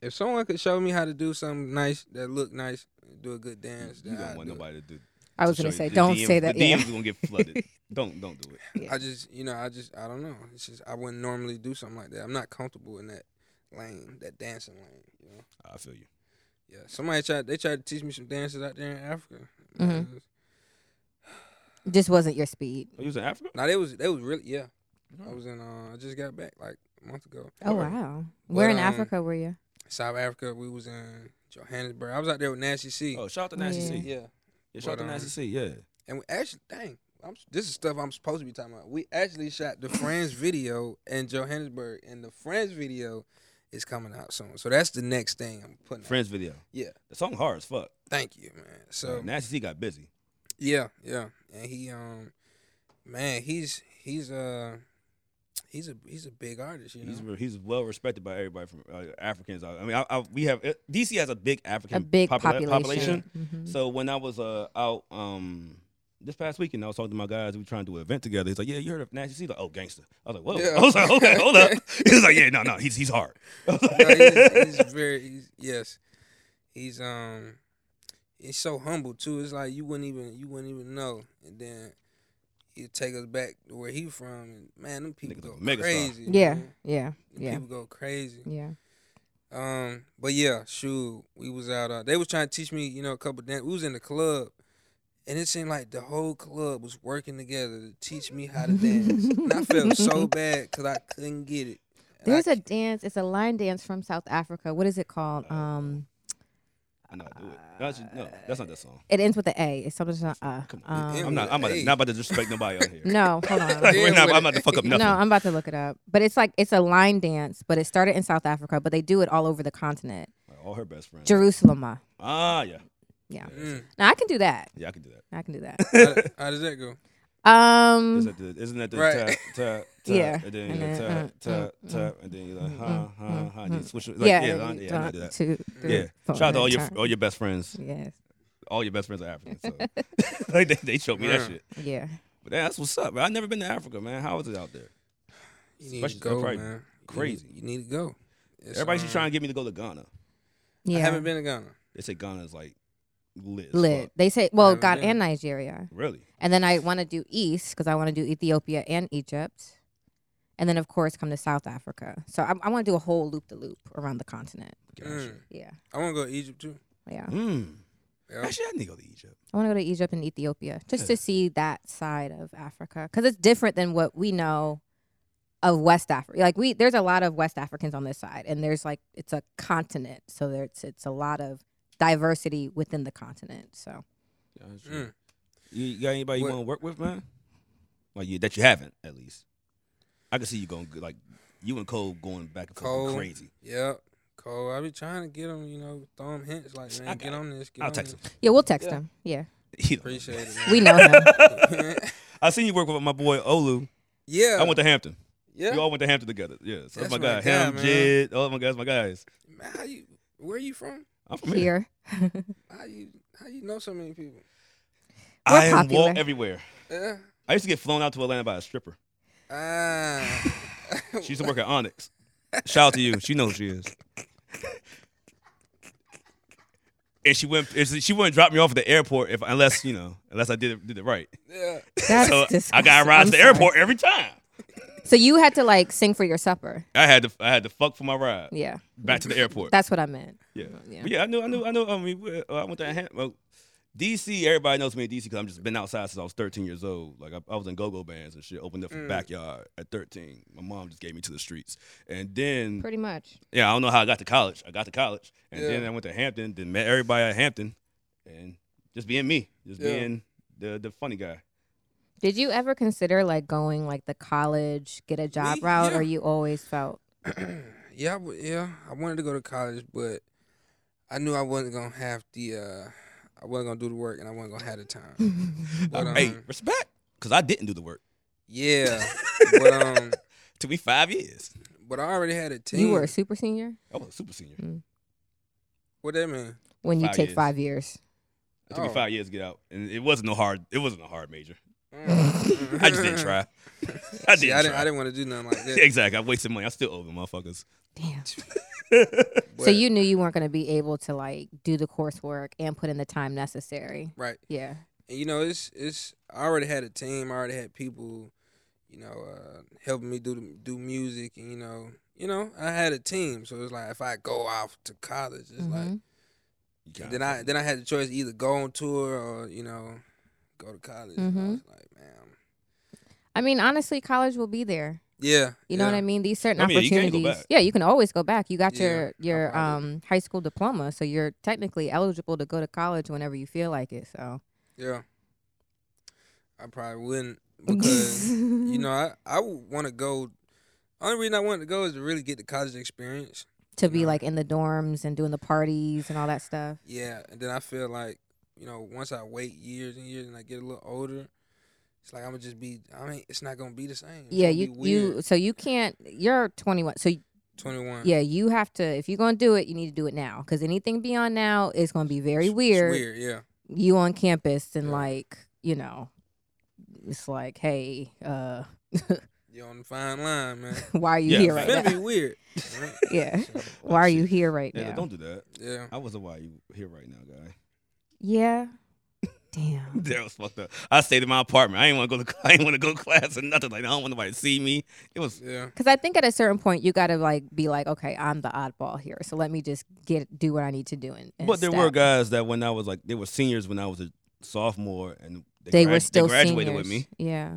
Speaker 2: if someone could show me how to do something nice that look nice, do a good dance,
Speaker 3: you
Speaker 2: then
Speaker 3: don't
Speaker 2: I
Speaker 3: want
Speaker 2: do. it.
Speaker 3: nobody to do.
Speaker 1: I was
Speaker 3: to
Speaker 1: gonna
Speaker 3: show
Speaker 1: say,
Speaker 3: you. The
Speaker 1: don't
Speaker 3: DMs
Speaker 1: say that.
Speaker 3: The DMs
Speaker 1: Yeah.
Speaker 3: gonna get
Speaker 1: *laughs*
Speaker 3: flooded. Don't don't do it.
Speaker 1: Yeah.
Speaker 2: I just, you know, I just, I don't know. It's just I wouldn't normally do something like that. I'm not comfortable in that lane, that dancing lane. You know,
Speaker 3: I feel you.
Speaker 2: yeah. Somebody tried, they tried to teach me some dances out there in Africa.
Speaker 1: Mhm. Just wasn't your speed.
Speaker 3: Oh, you was in Africa?
Speaker 2: Now they was, they was really, yeah. I was in, uh, I just got back like a month ago.
Speaker 1: Oh
Speaker 2: Or
Speaker 1: wow. Where in
Speaker 2: um,
Speaker 1: Africa were you?
Speaker 2: South Africa. We was in Johannesburg. I was out there with Nancy C.
Speaker 3: Oh, shout out to Nasty
Speaker 1: Yeah.
Speaker 3: C. Yeah,
Speaker 2: yeah.
Speaker 3: shout
Speaker 2: But,
Speaker 3: out to
Speaker 2: um,
Speaker 3: Nasty C. Yeah.
Speaker 2: And we actually, dang, I'm, this is stuff I'm supposed to be talking about. We actually shot the
Speaker 1: *laughs*
Speaker 2: Friends video in Johannesburg, and the Friends video is coming out soon. So that's the next thing I'm putting. out.
Speaker 3: Friends video.
Speaker 2: Yeah.
Speaker 3: The song hard as fuck.
Speaker 2: Thank you, man. So
Speaker 3: So Nasty C got busy.
Speaker 2: yeah, yeah, and he, um, man, he's he's uh he's a he's a big artist. You know,
Speaker 3: He's re- he's well respected by everybody from uh, Africans. I, I mean, I, I, we have uh, DC has a big African
Speaker 1: A big
Speaker 3: popula-
Speaker 1: population. Mhm.
Speaker 3: So when I was uh, out um, this past weekend, I was talking to my guys. We were trying to do an event together. He's like, "Yeah, you heard of Nasty C?" Like, "Oh, gangster." I was like, "Whoa."
Speaker 2: Yeah.
Speaker 3: *laughs* I was
Speaker 2: *laughs*
Speaker 3: like, "Okay, hold up." He's like, "Yeah, no, no, he's he's hard." *laughs* I was like-
Speaker 2: No, he's,
Speaker 3: *laughs*
Speaker 2: he's very he's, yes he's um he's so humble too it's like you wouldn't even you wouldn't even know and then he'd take us back to where he from and man them people
Speaker 3: Niggas
Speaker 2: go
Speaker 3: a megastar.
Speaker 2: crazy
Speaker 1: yeah,
Speaker 2: man.
Speaker 1: yeah,
Speaker 2: Them
Speaker 1: yeah,
Speaker 2: people go crazy
Speaker 1: yeah.
Speaker 2: um but yeah shoot we was out uh, they was trying to teach me you know a couple dance we was in the club and it seemed like the whole club was working together to teach me how to dance and i felt
Speaker 1: *laughs*
Speaker 2: so bad because i couldn't get it And I
Speaker 1: There's a dance. It's a line dance from South Africa. What is it
Speaker 3: Uh,
Speaker 1: called? Um,
Speaker 3: I know I do it. That's, no, that's not that song.
Speaker 1: it ends with an A. It's something. Not, uh,
Speaker 3: Come on,
Speaker 1: um,
Speaker 2: It
Speaker 3: I'm not. I'm about to,
Speaker 2: Hey.
Speaker 3: not about to disrespect nobody out here.
Speaker 2: *laughs*
Speaker 1: no, hold
Speaker 3: *laughs* Like,
Speaker 1: on.
Speaker 2: Yeah,
Speaker 3: we're not,
Speaker 2: but-
Speaker 3: I'm about to fuck up
Speaker 1: No,
Speaker 3: nothing.
Speaker 1: I'm about to look it up. But it's like it's a line dance, but it started in South Africa, but they do it all over the continent.
Speaker 3: All her best friends.
Speaker 1: Jerusalem. uh,
Speaker 3: Ah, yeah.
Speaker 1: Yeah.
Speaker 2: Mm.
Speaker 1: Now I can do that.
Speaker 3: Yeah, I can do that.
Speaker 1: I can do
Speaker 3: *laughs*
Speaker 1: that.
Speaker 2: How, how does that go?
Speaker 1: Um.
Speaker 3: Is that the- Isn't that the
Speaker 2: Right. *laughs*
Speaker 3: tap, tap, tap,
Speaker 1: Yeah.
Speaker 3: and then
Speaker 1: And
Speaker 3: you
Speaker 1: then,
Speaker 3: tap,
Speaker 1: mm,
Speaker 3: tap,
Speaker 1: mm,
Speaker 3: tap, and then you like,
Speaker 1: mm,
Speaker 3: huh,
Speaker 1: mm,
Speaker 3: huh,
Speaker 1: mm,
Speaker 3: huh, and you
Speaker 1: mm.
Speaker 3: switch it. Like, yeah, yeah, I- yeah, I know
Speaker 1: one,
Speaker 3: do that.
Speaker 1: two, three,
Speaker 3: Yeah.
Speaker 1: four,
Speaker 3: Shout out to all your
Speaker 1: time.
Speaker 3: all your best friends.
Speaker 1: Yes.
Speaker 3: All your best friends are African.
Speaker 1: *laughs*
Speaker 3: So like they, they showed me that
Speaker 2: Yeah.
Speaker 3: shit.
Speaker 1: Yeah.
Speaker 3: But that's what's up. Man. I've never been to Africa, man. How is it out there?
Speaker 2: You need
Speaker 3: Especially-
Speaker 2: to go,
Speaker 3: probably
Speaker 2: man. You need-
Speaker 3: crazy.
Speaker 2: You need, to go. It's,
Speaker 3: Everybody's
Speaker 2: um,
Speaker 3: just trying to get me to go to Ghana.
Speaker 1: Yeah.
Speaker 2: I haven't been to Ghana.
Speaker 3: They say Ghana is like lit. as
Speaker 1: Lit.
Speaker 3: fuck.
Speaker 1: They say well,
Speaker 2: haven't
Speaker 1: God
Speaker 2: been.
Speaker 1: and Nigeria,
Speaker 3: Really?
Speaker 1: and then I want to do East because I want to do Ethiopia and Egypt, and then of course come to South Africa. So I, I want to do a whole loop the loop around the continent.
Speaker 3: Gotcha.
Speaker 2: Mm.
Speaker 1: Yeah.
Speaker 2: I want to go to Egypt too.
Speaker 1: Yeah.
Speaker 3: Mm.
Speaker 2: Yeah.
Speaker 3: Actually, I need to go to Egypt.
Speaker 1: I want to go to Egypt and Ethiopia just to see that side of Africa because it's different than what we know of West Africa. Like we, there's a lot of West Africans on this side, and there's like it's a continent, so there's it's a lot of diversity within the continent. So
Speaker 3: Gotcha.
Speaker 2: Mm.
Speaker 3: You you got anybody you
Speaker 2: What-
Speaker 3: want to work with, man? Like you that you haven't at least. I can see you going like you and Cole going back and forth
Speaker 2: Cole.
Speaker 3: crazy.
Speaker 2: Yep. Cool. I be trying to get them, you know, throw them hints like, man,
Speaker 3: I
Speaker 2: get
Speaker 3: got
Speaker 2: on this. Get
Speaker 3: I'll
Speaker 2: on
Speaker 3: text him. *laughs*
Speaker 2: this.
Speaker 1: yeah, we'll text
Speaker 3: Yeah.
Speaker 1: him. Yeah,
Speaker 3: You know.
Speaker 2: Appreciate it.
Speaker 1: we
Speaker 2: man.
Speaker 1: know him.
Speaker 3: *laughs*
Speaker 1: *laughs*
Speaker 3: I seen you work with my boy Olu.
Speaker 2: *laughs* yeah.
Speaker 3: I went to Hampton.
Speaker 2: yeah.
Speaker 3: We all went to Hampton together. Yeah, so
Speaker 2: That's
Speaker 3: that's my
Speaker 2: my guy,
Speaker 3: guy. Him,
Speaker 2: man.
Speaker 3: Jid. Oh my guys, my guys.
Speaker 2: Man, how you? Where you from?
Speaker 3: I'm from here.
Speaker 1: Here,
Speaker 2: How you? How you know so many people?
Speaker 1: We're
Speaker 3: I am
Speaker 1: popular.
Speaker 3: walk everywhere.
Speaker 2: Yeah.
Speaker 3: I used to get flown out to Atlanta by a stripper. *laughs*
Speaker 2: Ah.
Speaker 3: She used to work at Onyx. Shout out to you. She knows she is. And she wouldn't. and She wouldn't drop me off at the airport if unless you know unless I did it, did it right.
Speaker 2: *laughs* yeah. *clears throat*
Speaker 1: *laughs* that's
Speaker 3: so I
Speaker 1: disgusting.
Speaker 3: got rides
Speaker 1: I'm
Speaker 3: to the
Speaker 1: sorry.
Speaker 3: airport every time.
Speaker 1: So you had to like sing for your supper.
Speaker 3: I had to I had to fuck for my ride
Speaker 1: Yeah,
Speaker 3: back to the airport.
Speaker 1: that's what I meant.
Speaker 3: yeah,
Speaker 1: yeah.
Speaker 3: yeah. yeah I knew I knew I knew. I mean, we- uh, I went to Ham- well, DC. Everybody knows me in DC because I've just been outside since I was 13 years old. Like I, I was in go-go bands and shit. Opened up the
Speaker 2: Mm.
Speaker 3: backyard at 13. My mom just gave me to the streets, and then
Speaker 1: Pretty much.
Speaker 3: yeah, I don't know how I got to college. I got to college, and
Speaker 2: Yeah.
Speaker 3: then I went to Hampton. Then met everybody at Hampton, and just being me, just
Speaker 2: Yeah.
Speaker 3: being the the funny guy.
Speaker 1: Did you ever consider like going like the college, get a job
Speaker 2: Me?
Speaker 1: route, or
Speaker 2: Yeah.
Speaker 1: you always felt
Speaker 2: yeah. I w- yeah. I wanted to go to college, but I knew I wasn't gonna have the. uh I wasn't gonna do the work, and I wasn't gonna have the time.
Speaker 1: *laughs*
Speaker 2: But,
Speaker 3: hey,
Speaker 2: um,
Speaker 3: respect, because I didn't do the work.
Speaker 2: yeah.
Speaker 3: *laughs*
Speaker 2: but um.
Speaker 3: Took me five years.
Speaker 2: But I already had *laughs* a team.
Speaker 1: you were a super senior?
Speaker 3: I was a super senior.
Speaker 2: What that
Speaker 1: *laughs*
Speaker 2: mean?
Speaker 1: when you
Speaker 3: Five
Speaker 1: take
Speaker 3: years.
Speaker 1: five years.
Speaker 3: It took me
Speaker 2: Oh.
Speaker 3: five years to get out, and it wasn't a hard. It wasn't a hard major.
Speaker 2: Mm.
Speaker 3: I
Speaker 2: *laughs*
Speaker 3: just didn't try. *laughs* I didn't.
Speaker 2: See, I didn't.
Speaker 3: try.
Speaker 2: I didn't want to do nothing like that.
Speaker 3: *laughs* exactly. I wasted money. I still owe them, motherfuckers.
Speaker 1: Damn. so
Speaker 2: But-
Speaker 1: you knew you weren't going to be able to like do the coursework and put in the time necessary.
Speaker 2: right.
Speaker 1: Yeah.
Speaker 2: And, you know, it's it's. I already had a team. I already had people, you know, uh, helping me do the, do music, and you know, you know, I had a team. So it's like if I go off to college, it's like
Speaker 1: Mhm.
Speaker 3: You
Speaker 2: *laughs*
Speaker 3: kinda-
Speaker 2: then I then I had the choice to either go on tour or you know, go to college. And I
Speaker 1: Mhm.
Speaker 2: was like, man,
Speaker 1: I mean, honestly, college will be there.
Speaker 2: yeah.
Speaker 1: You know
Speaker 2: yeah.
Speaker 1: what I mean? These certain
Speaker 3: I mean, you can
Speaker 1: opportunities.
Speaker 3: go back.
Speaker 1: Yeah, you can always go back. You got
Speaker 2: Yeah,
Speaker 1: your your
Speaker 2: probably.
Speaker 1: um high school diploma, so you're technically eligible to go to college whenever you feel like it. So
Speaker 2: Yeah. I probably
Speaker 1: *laughs*
Speaker 2: wouldn't because. you know, I, I would want to go. Only reason I wanted to go is to really get the college experience.
Speaker 1: to be
Speaker 2: know.
Speaker 1: like in the dorms and doing the parties and all that stuff.
Speaker 2: Yeah, and then I feel like you know once I wait years and years and I get a little older, it's like I'm gonna just be. I mean, it's not gonna be the same. It's
Speaker 1: Yeah,
Speaker 2: gonna
Speaker 1: you
Speaker 2: be
Speaker 1: you so you can't. You're 21, so
Speaker 2: 21.
Speaker 1: Yeah, you have to. If you're gonna do it, you need to do it now. Because anything beyond now is gonna be very
Speaker 2: It's- it's
Speaker 1: weird.
Speaker 2: weird. Yeah.
Speaker 1: You on campus and
Speaker 2: Yeah.
Speaker 1: like you know, it's like, hey, uh, *laughs*
Speaker 2: You're on the fine line, man.
Speaker 1: why are you
Speaker 3: Yeah,
Speaker 1: here
Speaker 2: It's
Speaker 1: right
Speaker 2: gonna
Speaker 1: now? *laughs*
Speaker 2: be weird.
Speaker 1: Yeah.
Speaker 2: So,
Speaker 1: Why are you
Speaker 3: Shit.
Speaker 1: here right
Speaker 3: Yeah,
Speaker 1: now?
Speaker 3: Don't do that.
Speaker 2: yeah.
Speaker 3: I was a why you here right now, guy. *laughs*
Speaker 1: Yeah. Damn.
Speaker 3: That was fucked up. I stayed in my apartment. I didn't want to go. To, *laughs* I didn't want to go to class or nothing. Like that. I don't want nobody to see me. It was.
Speaker 2: Yeah.
Speaker 1: Because I think at a certain point you gotta like be like, okay, I'm the oddball here, so let me just get do what I need to do. And, and
Speaker 3: But there were
Speaker 1: step."
Speaker 3: guys that when I was like, they were seniors when I was a sophomore, and they,
Speaker 1: they were
Speaker 3: grad-
Speaker 1: still
Speaker 3: they graduated
Speaker 1: seniors.
Speaker 3: with me.
Speaker 1: Yeah.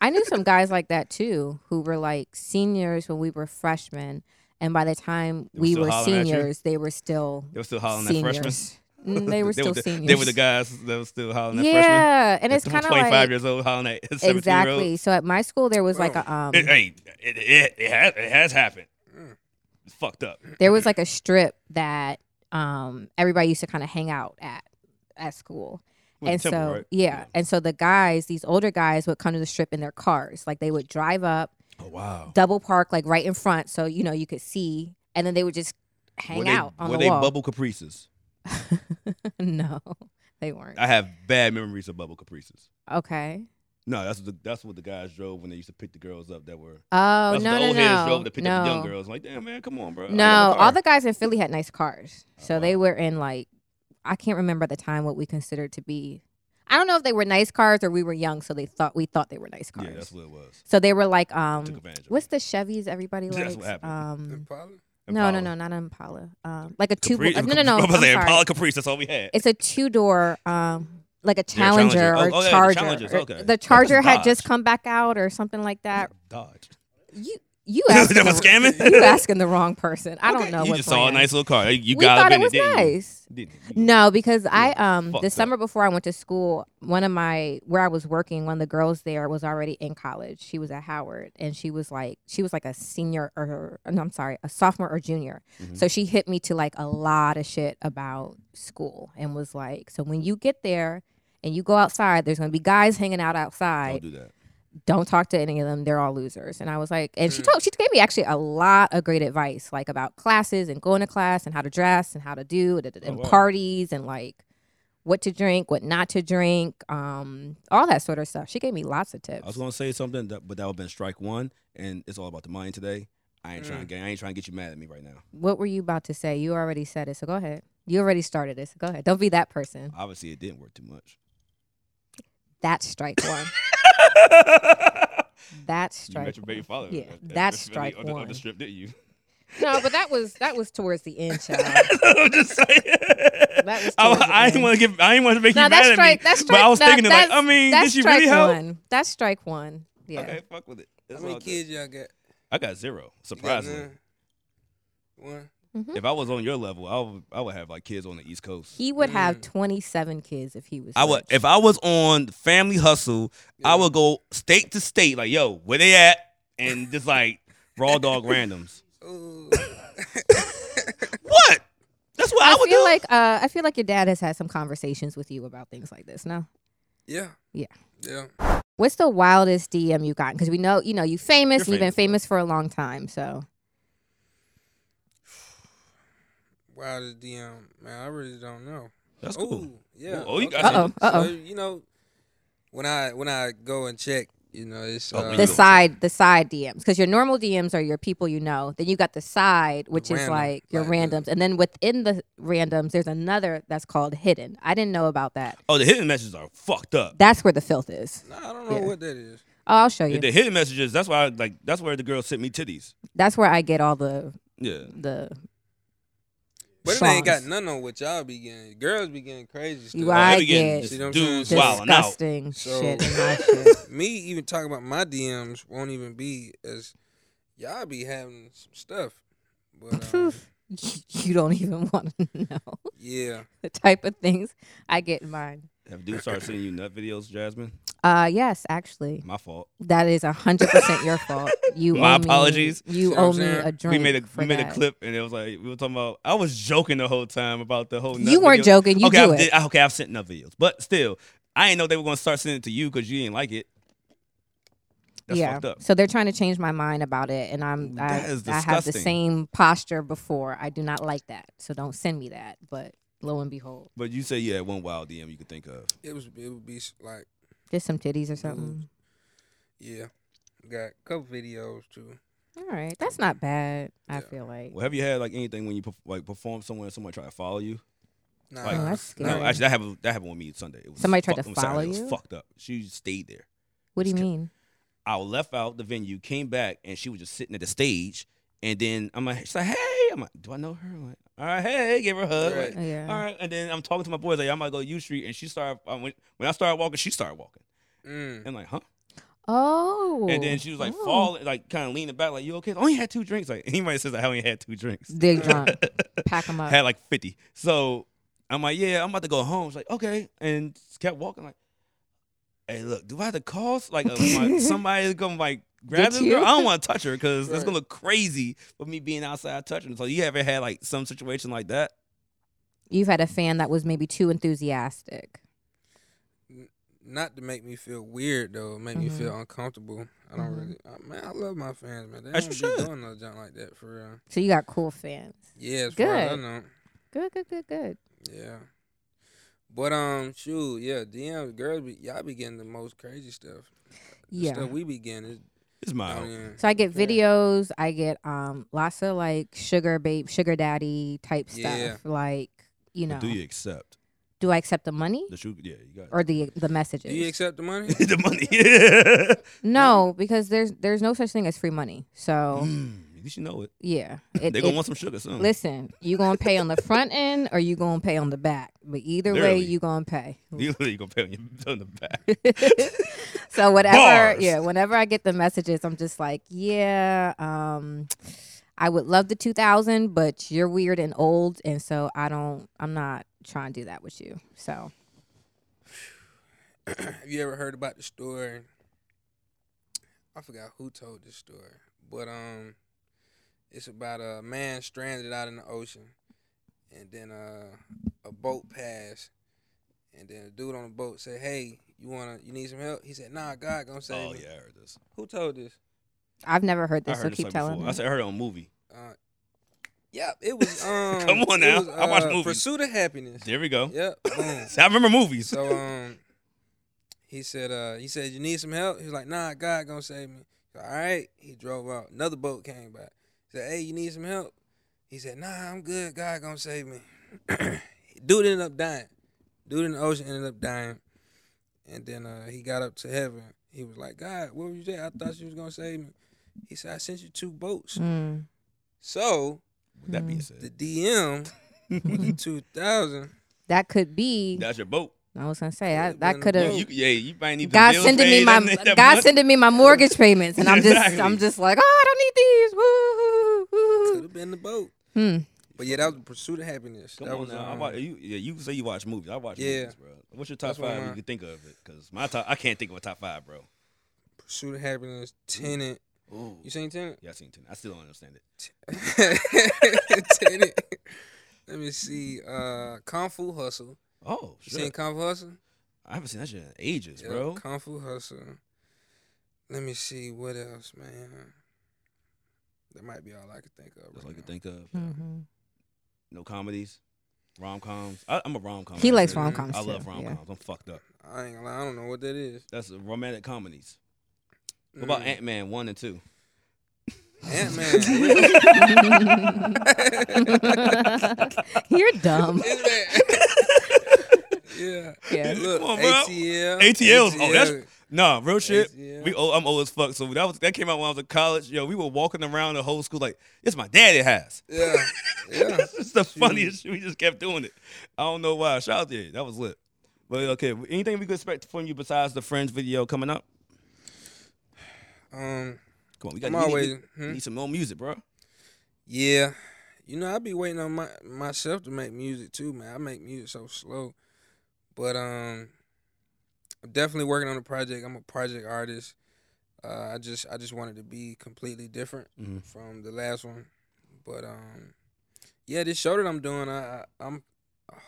Speaker 1: I knew some guys like that too who were like seniors when we were freshmen and by the time
Speaker 3: They were
Speaker 1: we
Speaker 3: still
Speaker 1: were
Speaker 3: hollering at you?
Speaker 1: seniors they were
Speaker 3: *laughs*
Speaker 1: still
Speaker 3: They were still hollering at freshmen.
Speaker 1: seniors. Mm,
Speaker 3: *laughs*
Speaker 1: they were still
Speaker 3: the,
Speaker 1: seniors.
Speaker 3: They were the guys that were still hollering at freshmen.
Speaker 1: Yeah, and
Speaker 3: That
Speaker 1: it's
Speaker 3: th-
Speaker 1: kind of
Speaker 3: 25
Speaker 1: like
Speaker 3: years old hollering at 17 year
Speaker 1: exactly.
Speaker 3: old.
Speaker 1: So at my school there was like a um
Speaker 3: It, hey, it, it, it, has, it has happened.
Speaker 2: Mm,
Speaker 3: It's fucked up.
Speaker 1: there was like a strip that um everybody used to kind of hang out at at school.
Speaker 3: With
Speaker 1: and
Speaker 3: Temple,
Speaker 1: so
Speaker 3: right?
Speaker 1: yeah. and so the guys, these older guys, would come to the strip in their cars. Like they would drive up,
Speaker 3: Oh wow.
Speaker 1: double park like right in front, so you know you could see, and then they would just hang
Speaker 3: were
Speaker 1: out
Speaker 3: they,
Speaker 1: on
Speaker 3: were
Speaker 1: the
Speaker 3: they
Speaker 1: wall.
Speaker 3: bubble caprices?
Speaker 1: *laughs* no, they weren't.
Speaker 3: I have bad memories of bubble caprices.
Speaker 1: okay.
Speaker 3: No, that's what the, that's what the guys drove when they used to pick the girls up that were.
Speaker 1: Oh
Speaker 3: that's
Speaker 1: no
Speaker 3: what the
Speaker 1: no
Speaker 3: old
Speaker 1: no
Speaker 3: heads drove to pick
Speaker 1: no.
Speaker 3: up the young girls. like, damn man, come on, bro. I got
Speaker 1: No,
Speaker 3: a car."
Speaker 1: all the guys in Philly had nice cars.
Speaker 3: Oh,
Speaker 1: So they
Speaker 3: wow.
Speaker 1: were in like I can't remember at the time what we considered to be I don't know if they were nice cars or we were young, so they thought we thought they were nice cars.
Speaker 3: Yeah, that's what it was.
Speaker 1: so they were like
Speaker 3: Took
Speaker 1: um
Speaker 3: advantage. of
Speaker 1: what's
Speaker 3: it.
Speaker 1: the Chevys everybody likes?
Speaker 3: That's what happened.
Speaker 1: Um
Speaker 2: Impala?
Speaker 1: no, no,
Speaker 3: Impala.
Speaker 1: no, not an Impala. Um like a two
Speaker 3: Capri-
Speaker 1: uh, no no no.
Speaker 3: *laughs* I was
Speaker 1: I'm
Speaker 3: saying
Speaker 1: sorry.
Speaker 3: Impala Caprice. That's all we had.
Speaker 1: It's a two door um like a
Speaker 3: Yeah, Challenger.
Speaker 1: Challenger, or
Speaker 3: Oh, oh, yeah, the
Speaker 1: Charger.
Speaker 3: Challengers,
Speaker 1: or-
Speaker 3: okay.
Speaker 1: The
Speaker 3: That's
Speaker 1: Charger had just
Speaker 3: Dodge.
Speaker 1: come back out or something like that.
Speaker 3: Dodge.
Speaker 1: You you
Speaker 3: *laughs* that
Speaker 1: asking,
Speaker 3: was
Speaker 1: the,
Speaker 3: scamming.
Speaker 1: *laughs*
Speaker 3: *laughs*
Speaker 1: you asking the wrong person. I don't know
Speaker 3: You
Speaker 1: what
Speaker 3: just saw a
Speaker 1: brand.
Speaker 3: nice little car. You
Speaker 1: we
Speaker 3: got
Speaker 1: thought
Speaker 3: up in
Speaker 1: it was
Speaker 3: didn't you?
Speaker 1: nice.
Speaker 3: Didn't you?
Speaker 1: No, because I
Speaker 3: Yeah,
Speaker 1: um
Speaker 3: fucked
Speaker 1: the
Speaker 3: up.
Speaker 1: summer before I went to school, one of my where I was working, one of the girls there was already in college. She was at Howard, and she was like she was like a senior or no, I'm sorry, a sophomore or junior.
Speaker 3: Mhm.
Speaker 1: So she hit me to like a lot of shit about school, and was like, so when you get there and you go outside, there's gonna be guys hanging out outside
Speaker 3: Don't do that.
Speaker 1: don't talk to any of them. They're all losers. And I was like, and she
Speaker 2: Mm.
Speaker 1: told, she gave me actually a lot of great advice, like about classes and going to class and how to dress and how to do and, and
Speaker 3: Oh, wow.
Speaker 1: parties and like what to drink, what not to drink, um, all that sort of stuff. She gave me lots of tips.
Speaker 3: I was gonna say something, that, but that would have been strike one, and it's all about the money today. I ain't trying to get. I ain't trying to get you mad at me right now.
Speaker 1: what were you about to say? You already said it. So go ahead. You already started it. So go ahead. Don't be that person.
Speaker 3: Obviously, it didn't work too *laughs* much.
Speaker 1: That's strike
Speaker 3: *laughs*
Speaker 1: one. That's
Speaker 3: you met
Speaker 1: strike.
Speaker 3: your baby father.
Speaker 1: Yeah,
Speaker 3: at- at-
Speaker 1: that's
Speaker 3: at Philly
Speaker 1: strike
Speaker 3: on the, On
Speaker 1: one.
Speaker 3: the strip, didn't *laughs* you?
Speaker 1: No, but that was that was towards the end,
Speaker 3: *laughs*
Speaker 1: child.
Speaker 3: I'm just saying.
Speaker 1: That was
Speaker 3: *laughs* I,
Speaker 1: towards the
Speaker 3: I didn't
Speaker 1: end.
Speaker 3: want to give. I didn't want to make
Speaker 1: No,
Speaker 3: you
Speaker 1: that's
Speaker 3: mad at
Speaker 1: strike.
Speaker 3: me.
Speaker 1: That's
Speaker 3: but
Speaker 1: strike.
Speaker 3: I was
Speaker 1: no,
Speaker 3: thinking like, I
Speaker 1: that's-
Speaker 3: mean,
Speaker 1: that's
Speaker 3: did she
Speaker 1: strike
Speaker 3: really help?
Speaker 1: One. That's strike one. Yeah.
Speaker 3: Okay, fuck with it. It's
Speaker 2: How many
Speaker 3: all good.
Speaker 2: kids y'all got? You
Speaker 3: I got zero.
Speaker 2: got
Speaker 3: Surprisingly,
Speaker 2: none? One.
Speaker 3: if I was on your level, I would. I would have like kids on the East Coast.
Speaker 1: He would have
Speaker 2: Mm.
Speaker 1: 27 kids if he was.
Speaker 3: I would
Speaker 1: rich.
Speaker 3: if I was on Family Hustle,
Speaker 2: Yeah.
Speaker 3: I would go state to state, like, yo, where they at? And just like raw dog randoms. *laughs*
Speaker 2: Ooh. *laughs*
Speaker 3: What? That's what I,
Speaker 1: I
Speaker 3: would
Speaker 1: feel
Speaker 3: do.
Speaker 1: like uh, I feel like your dad has had some conversations with you about things like this. No,
Speaker 2: yeah.
Speaker 1: Yeah.
Speaker 2: Yeah.
Speaker 1: what's the wildest DM you've gotten? Because we know you know you famous.
Speaker 3: You're
Speaker 1: and You've been
Speaker 3: famous,
Speaker 1: famous for a long time. So
Speaker 2: Wildest DM. Man, I really don't know.
Speaker 3: That's
Speaker 2: Ooh,
Speaker 3: cool.
Speaker 2: Yeah.
Speaker 3: Oh, you got
Speaker 2: okay.
Speaker 1: something. Uh-oh, uh-oh.
Speaker 2: So, you know, when I when I go and check, you know, it's
Speaker 3: Oh,
Speaker 2: uh,
Speaker 3: when
Speaker 1: the
Speaker 3: you go-
Speaker 1: side the side DMs because your normal DMs are your people you know. Then you got the side, which is
Speaker 2: random,
Speaker 1: like your
Speaker 2: like the-
Speaker 1: randoms, and then within the randoms, there's another that's called hidden. I didn't know about that.
Speaker 3: Oh, the hidden messages are fucked up.
Speaker 1: That's where the filth is.
Speaker 2: Nah, I don't know
Speaker 1: Yeah.
Speaker 2: what that is.
Speaker 1: Oh, I'll show you.
Speaker 3: The hidden messages, that's why I, like that's where the girl sent me titties.
Speaker 1: That's where I get all the
Speaker 3: Yeah.
Speaker 1: the.
Speaker 2: But it ain't got
Speaker 1: songs.
Speaker 2: nothing on what y'all be getting. Girls be getting crazy stuff.
Speaker 1: You I
Speaker 3: they be getting
Speaker 1: get
Speaker 2: See what I'm
Speaker 3: dudes
Speaker 2: saying?
Speaker 3: wilding out.
Speaker 1: disgusting
Speaker 2: So-
Speaker 1: shit in my shit.
Speaker 2: Me even talking about my DMs won't even be as y'all be having some stuff. But
Speaker 1: *laughs*
Speaker 2: um,
Speaker 1: you don't even *laughs* want to know
Speaker 2: yeah,
Speaker 1: the type of things I get in mine.
Speaker 3: Have dudes started sending you nut videos, Jasmine?
Speaker 1: Uh, yes, actually,
Speaker 3: My fault.
Speaker 1: that is hundred percent your fault. You
Speaker 3: *laughs* My
Speaker 1: owe me-
Speaker 3: apologies.
Speaker 1: You
Speaker 2: See what I'm
Speaker 1: owe me
Speaker 2: saying?
Speaker 1: a
Speaker 2: We
Speaker 1: drink.
Speaker 3: we made a
Speaker 1: for
Speaker 3: we made a
Speaker 1: that.
Speaker 3: clip and it was like we were talking about I was joking the whole time about the whole nut
Speaker 1: You weren't
Speaker 3: videos.
Speaker 1: joking. You
Speaker 3: okay,
Speaker 1: do
Speaker 3: I
Speaker 1: it.
Speaker 3: did- okay, I've sent enough videos, but still, I didn't know they were gonna start sending it to you because you didn't like it. That's
Speaker 1: yeah.
Speaker 3: fucked up.
Speaker 1: So they're trying to change my mind about it, and I'm I,
Speaker 3: That is
Speaker 1: I have the
Speaker 3: disgusting.
Speaker 1: same posture before. I do not like that, so don't send me that. But lo and behold,
Speaker 3: But you say you had one wild DM you could think of.
Speaker 2: it was it would be s- like
Speaker 1: just some titties or something.
Speaker 2: yeah, got a couple videos too.
Speaker 1: All right, that's not bad. I
Speaker 2: Yeah.
Speaker 1: feel like.
Speaker 3: Mm. Well, have you had like anything when you perf- like perform somewhere and someone try to follow you?
Speaker 2: Nah,
Speaker 3: Like, Oh,
Speaker 1: that's
Speaker 2: nah.
Speaker 1: scary.
Speaker 3: No, actually, that happened. That happened with me Sunday. It was
Speaker 1: Somebody tried
Speaker 3: fucked-
Speaker 1: to
Speaker 3: on Saturday.
Speaker 1: follow
Speaker 3: It was
Speaker 1: you?
Speaker 3: fucked up. She stayed there.
Speaker 1: What do you
Speaker 3: Just
Speaker 1: mean?
Speaker 3: I left out the venue, came back, and she was just sitting at the stage. And then I'm like, she's like, hey, I'm like, do I know her? I'm like, all right, hey, give her a hug.
Speaker 2: Right.
Speaker 3: Like,
Speaker 1: Oh, yeah.
Speaker 3: All right, and then I'm talking to my boys like I'm gonna go to U Street, and she started I went, when I started walking, she started walking,
Speaker 2: Mm.
Speaker 3: and like huh,
Speaker 1: Oh.
Speaker 3: and then she was like
Speaker 1: Oh.
Speaker 3: falling, like kind of leaning back, like you okay? I only had two drinks. Like *laughs* anybody says I only had two drinks,
Speaker 1: They
Speaker 3: *laughs*
Speaker 1: drunk. Pack them up.
Speaker 3: had like fifty. So I'm like, yeah, I'm about to go home. She's like, okay, and just kept walking. Like, hey, look, do I have to call s- like uh, my, somebody is gonna like grab
Speaker 1: Get
Speaker 3: this
Speaker 1: you?
Speaker 3: girl? I don't want to touch her because that's
Speaker 2: Right.
Speaker 3: gonna look crazy for me being outside touching. So you ever had like some situation like that?
Speaker 1: You've had a fan that was maybe too enthusiastic.
Speaker 2: Not to make me feel weird though, make me
Speaker 1: Mhm.
Speaker 2: feel uncomfortable. I don't
Speaker 1: Mhm.
Speaker 2: really. I, man, I love my fans, man. They
Speaker 3: As
Speaker 2: don't
Speaker 3: you
Speaker 2: be
Speaker 3: should.
Speaker 2: doing no junk like that for real.
Speaker 1: So you got cool fans.
Speaker 2: Yeah, as far as I
Speaker 1: Good.
Speaker 2: know.
Speaker 1: Good, good, good, good.
Speaker 2: Yeah. But um, shoot, yeah, DMs, girls, be, y'all be getting the most crazy stuff. The
Speaker 1: Yeah.
Speaker 2: stuff we be getting is.
Speaker 3: It's
Speaker 2: I
Speaker 3: mild.
Speaker 2: mean,
Speaker 1: So I get
Speaker 2: okay.
Speaker 1: videos. I get um lots of like sugar babe, sugar daddy type stuff.
Speaker 2: Yeah.
Speaker 1: Like you know,
Speaker 3: But Do you accept
Speaker 1: do I accept the money
Speaker 3: the sugar? Yeah, you got
Speaker 1: or the the messages?
Speaker 2: Do you accept the money?
Speaker 3: *laughs* the
Speaker 1: *laughs*
Speaker 3: money. Yeah.
Speaker 1: no, because there's there's no such thing as free money. So
Speaker 3: *laughs* Mm, at least you know it.
Speaker 1: yeah, it,
Speaker 3: They're gonna
Speaker 1: it-
Speaker 3: want some sugar soon.
Speaker 1: listen. You gonna pay on the front end or you gonna pay on the back? But either way,
Speaker 3: Literally.
Speaker 1: you gonna pay.
Speaker 3: *laughs* You you gonna pay on, your, on the back.
Speaker 1: so whatever
Speaker 3: Bars.
Speaker 1: yeah whenever i get the messages i'm just like yeah um i would love the 2000 but you're weird and old and so i don't i'm not trying to do that with you so
Speaker 2: *clears throat* Have you ever heard about the story? I forgot who told this story, but um, it's about a man stranded out in the ocean, and then uh, a boat passed, and then a dude on the boat said, "Hey, you wanna, you need some help?" He said, "Nah, God gonna save
Speaker 3: Oh
Speaker 2: me."
Speaker 3: yeah, I heard this.
Speaker 2: Who told this?
Speaker 1: i've never heard this
Speaker 3: I
Speaker 1: so
Speaker 3: heard this
Speaker 1: keep
Speaker 3: like
Speaker 1: telling
Speaker 3: before. I
Speaker 1: me
Speaker 3: said I heard it on a movie.
Speaker 2: Uh, yep, it was. Um,
Speaker 3: *laughs* Come on
Speaker 2: it
Speaker 3: now.
Speaker 2: was,
Speaker 3: I watch
Speaker 2: uh,
Speaker 3: movies.
Speaker 2: Pursuit of Happiness.
Speaker 3: There we go.
Speaker 2: Yep, boom.
Speaker 3: *laughs* See, I remember movies.
Speaker 2: So um, he said uh, he said you need some help. He was like, Nah, God gonna save me. He said, All right. He drove out. Another boat came by. He said, Hey, you need some help? He said, Nah, I'm good. God gonna save me. *clears throat* Dude ended up dying. Dude in the ocean ended up dying. And then uh, he got up to heaven. He was like, God, where was you at? I thought you was gonna save me. He said, I sent you two boats.
Speaker 1: Mm.
Speaker 2: So
Speaker 3: With that
Speaker 1: Hmm.
Speaker 3: being
Speaker 2: the
Speaker 3: said,
Speaker 2: DM with the two thousand.
Speaker 1: that could be
Speaker 3: that's your boat.
Speaker 1: i was gonna say
Speaker 2: Yeah,
Speaker 1: that, that
Speaker 2: when
Speaker 1: could
Speaker 3: You,
Speaker 2: the-
Speaker 1: have
Speaker 3: you, yeah, you might need the
Speaker 1: god
Speaker 3: bills
Speaker 1: sending me
Speaker 3: paid
Speaker 1: my
Speaker 3: and that- that
Speaker 1: god
Speaker 3: money.
Speaker 1: sending me my mortgage payments and i'm just i'm
Speaker 3: Exactly.
Speaker 1: just like oh i don't
Speaker 2: Could
Speaker 1: need these
Speaker 2: have been the boat.
Speaker 1: woo, woo, woo. Hmm.
Speaker 2: But yeah, that was the pursuit of happiness.
Speaker 3: Come
Speaker 2: that
Speaker 3: on
Speaker 2: was,
Speaker 3: now. I
Speaker 2: um,
Speaker 3: watch, you, yeah, you say you watch movies. I watch
Speaker 2: Yeah.
Speaker 3: movies, bro. What's your top
Speaker 2: That's what
Speaker 3: five? if
Speaker 2: mine-
Speaker 3: You can think of it, cause my top, I can't think of a top five, bro.
Speaker 2: Pursuit of Happiness, Tenant.
Speaker 3: Ooh.
Speaker 2: You seen *laughs* Tenant?
Speaker 3: Yeah, I seen ten. I still don't understand it.
Speaker 2: Tenant. Let me see. Uh, Kung Fu Hustle.
Speaker 3: Oh,
Speaker 2: You seen
Speaker 3: shit.
Speaker 2: Kung Fu Hustle?
Speaker 3: I haven't seen that shit in ages,
Speaker 2: Yeah,
Speaker 3: bro.
Speaker 2: Kung Fu Hustle. Let me see what else, man. That might be all I could think of.
Speaker 3: That's all
Speaker 2: right
Speaker 3: I can
Speaker 2: now.
Speaker 3: think of.
Speaker 1: Mhm.
Speaker 3: No comedies, rom coms. I'm a rom com.
Speaker 1: he likes
Speaker 2: Mhm.
Speaker 1: rom coms
Speaker 3: I love rom coms. I'm fucked up.
Speaker 2: I ain't gonna lie. I don't know what that is.
Speaker 3: That's uh, romantic comedies.
Speaker 2: Mm.
Speaker 3: What about Ant Man one and two?
Speaker 2: Ant Man?
Speaker 1: Hmm.
Speaker 3: *laughs*
Speaker 1: *laughs* You're dumb.
Speaker 2: *laughs* yeah.
Speaker 1: Yeah.
Speaker 2: Look,
Speaker 3: Come on, bro.
Speaker 2: ATL.
Speaker 3: ATLs. Oh, that's-
Speaker 2: ATL.
Speaker 3: Nah, real shit.
Speaker 2: ATL.
Speaker 3: We old, I'm old as fuck. So that was that came out when I was in college. Yo, we were walking around the whole school like it's my daddy has. *laughs*
Speaker 2: Yeah. Yeah.
Speaker 3: It's just the funniest shit. We just kept doing it. I don't know why. Shout out to you. That was lit. But okay, anything we could expect from you besides the Friends video coming up?
Speaker 2: Um,
Speaker 3: Come on, we got
Speaker 2: I'm
Speaker 3: we need-
Speaker 2: always.
Speaker 3: we
Speaker 2: hmm?
Speaker 3: need some more music, bro.
Speaker 2: Yeah. You know, I be waiting on my myself to make music too, man. I make music so slow. But um I'm definitely working on a project. I'm a project artist. Uh, I just I just wanted to be completely different
Speaker 3: Mhm.
Speaker 2: from the last one. But um yeah, this show that I'm doing, I, I I'm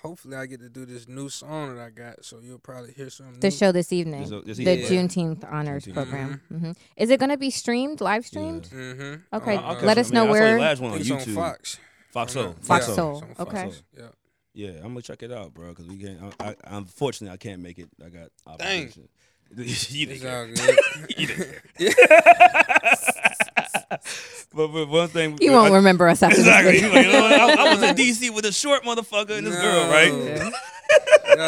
Speaker 2: hopefully I get to do this new song that I got, so you'll probably hear some
Speaker 1: The
Speaker 2: new-
Speaker 1: show this evening,
Speaker 3: Mm-hmm. This- this
Speaker 1: the
Speaker 2: evening.
Speaker 1: Juneteenth honors
Speaker 3: Juneteenth.
Speaker 1: program. hmm Is it going to be streamed, live streamed?
Speaker 2: Mhm.
Speaker 1: Okay,
Speaker 2: Uh,
Speaker 1: let us
Speaker 3: I mean,
Speaker 1: know
Speaker 3: I saw your
Speaker 1: where-
Speaker 3: last one
Speaker 2: I
Speaker 3: on
Speaker 2: think it's
Speaker 3: YouTube.
Speaker 2: on Fox.
Speaker 3: Fox Soul.
Speaker 1: Fox
Speaker 2: Yeah,
Speaker 1: Soul.
Speaker 2: it's on
Speaker 1: Okay.
Speaker 2: Soul. Yeah.
Speaker 3: Yeah, I'm gonna check it out, bro. Cause we can't. I, I, unfortunately, I can't make it. I got
Speaker 2: Dang.
Speaker 3: obligation. *laughs* you didn't
Speaker 2: It's all
Speaker 3: care.
Speaker 2: good.
Speaker 3: *laughs* You didn't care.
Speaker 2: *laughs* Yeah.
Speaker 3: but, but one thing.
Speaker 1: You
Speaker 3: *laughs*
Speaker 1: won't
Speaker 3: I,
Speaker 1: remember us after
Speaker 3: exactly.
Speaker 1: this.
Speaker 3: You
Speaker 1: video.
Speaker 3: like, you know
Speaker 1: *laughs*
Speaker 3: what? I, I was in DC with a short motherfucker and this girl, right?
Speaker 2: No.
Speaker 1: Yeah.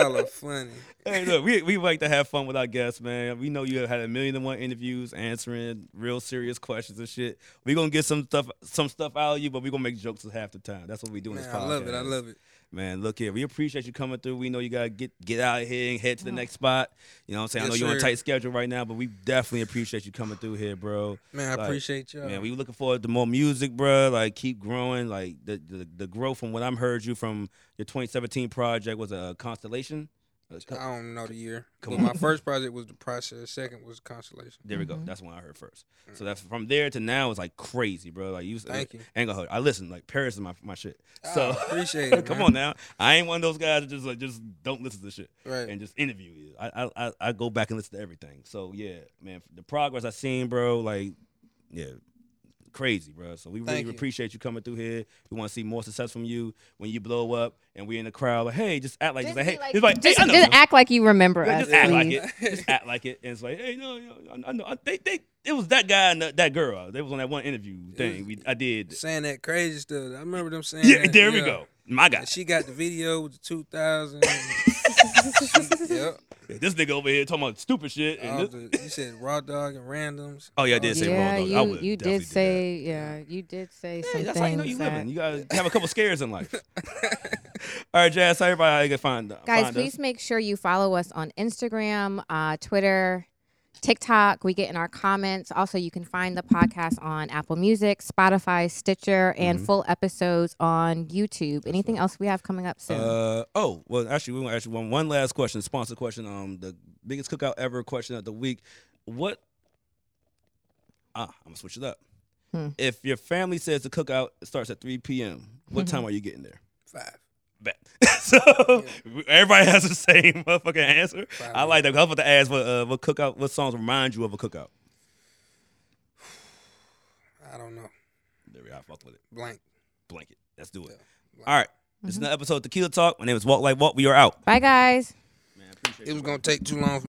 Speaker 2: Y'all are funny.
Speaker 3: Hey, look, we, we like to have fun with our guests, man. We know you have had a million and one interviews, answering real serious questions and shit. We're gonna get some stuff some stuff out of you, but we're gonna make jokes half the time. That's what we do in
Speaker 2: Man,
Speaker 3: this podcast.
Speaker 2: I love it. I love it.
Speaker 3: Man, look here. We appreciate you coming through. We know you gotta get get out of here and head to the next spot. You know what I'm saying? I know
Speaker 2: Yes,
Speaker 3: you're on a
Speaker 2: sir.
Speaker 3: tight schedule right now, but we definitely appreciate you coming through here, bro.
Speaker 2: Man, I
Speaker 3: Like,
Speaker 2: appreciate y'all.
Speaker 3: Man, we looking forward to more music, bro. Like keep growing. Like the the, the growth from what I'm heard you from your 2017 project was a constellation. Uh, co-
Speaker 2: I don't know the year.
Speaker 3: Come
Speaker 2: But
Speaker 3: on.
Speaker 2: my first project was the process. Second was constellation.
Speaker 3: There we go.
Speaker 1: Mhm.
Speaker 3: That's when I heard first. So that's from there to now it's like crazy, bro. Like you, s-
Speaker 2: Thank you.
Speaker 3: I ain't gonna hold. you. I listen. Like Paris is my my shit.
Speaker 2: I
Speaker 3: *laughs* So *laughs*
Speaker 2: appreciate it.
Speaker 3: come
Speaker 2: man.
Speaker 3: on now. I ain't one of those guys that just like just don't listen to shit
Speaker 2: Right.
Speaker 3: and just interview you. I I- I I go back and listen to everything. So yeah, man, the progress I seen, bro. Like yeah. Crazy, bro. So we really
Speaker 2: Thank you.
Speaker 3: appreciate you coming through here. We want to see more success from you when you blow up, and we in the crowd like, hey, just act like
Speaker 1: Just
Speaker 3: this.
Speaker 1: be
Speaker 3: Like, hey,
Speaker 1: like-
Speaker 3: it's like,
Speaker 1: Just,
Speaker 3: hey, I know
Speaker 1: just
Speaker 3: you.
Speaker 1: act like you remember
Speaker 3: Yeah,
Speaker 1: us.
Speaker 3: just act like
Speaker 1: please.
Speaker 3: it. Just act like it. And it's like, hey, no, you know, I, I know. I, they, they, it was that guy and that, that girl. They was on that one interview thing. We, I did.
Speaker 2: saying that crazy stuff. I remember them saying
Speaker 3: Yeah,
Speaker 2: that,
Speaker 3: there we
Speaker 2: yeah.
Speaker 3: go. My guy.
Speaker 2: And she got the video with the 2000.
Speaker 3: *laughs*
Speaker 2: yep.
Speaker 3: This nigga over here talking about stupid shit. And
Speaker 2: All
Speaker 3: this-
Speaker 2: the, you said raw dog and randoms.
Speaker 3: oh yeah, I did say
Speaker 1: yeah,
Speaker 3: wrong. Dog.
Speaker 1: you,
Speaker 3: I would
Speaker 1: you did
Speaker 3: definitely do
Speaker 1: say yeah, you did say
Speaker 3: that.
Speaker 1: some
Speaker 3: Yeah, that's
Speaker 1: things.
Speaker 3: how you know you
Speaker 1: that-
Speaker 3: living.
Speaker 1: *laughs*
Speaker 3: You gotta have a couple scares in life. All right, Jazz. Tell everybody how you can find
Speaker 1: Guys,
Speaker 3: find
Speaker 1: please
Speaker 3: Us.
Speaker 1: make sure you follow us on Instagram, uh, Twitter, TikTok. We get in our comments. Also, you can find the podcast on Apple Music, Spotify, Stitcher,
Speaker 3: Mm-hmm.
Speaker 1: and full episodes on YouTube. Anything else we have coming up soon?
Speaker 3: Uh, oh, well, actually, we want to ask you one, one last question, sponsor question. Um, the biggest cookout ever question of the week. What? Ah, I'm gonna switch it up.
Speaker 1: Hmm.
Speaker 3: If your family says the cookout starts at 3 p.m., what
Speaker 1: Mm-hmm.
Speaker 3: time are you getting there?
Speaker 2: Five.
Speaker 3: Bet. *laughs* so everybody has the same *laughs* motherfucking answer.
Speaker 2: Five
Speaker 3: I like that. 'cause I was about to ask what uh, what cookout, what songs remind you of a cookout.
Speaker 2: I don't know.
Speaker 3: There we are. I Fuck with it.
Speaker 2: Blank.
Speaker 3: Blanket. Let's do it.
Speaker 2: Yeah.
Speaker 3: All right. This is another episode of Tequila Talk. My name is Walk Like Walk. We are out.
Speaker 1: Bye, guys.
Speaker 2: It was gonna take too long. For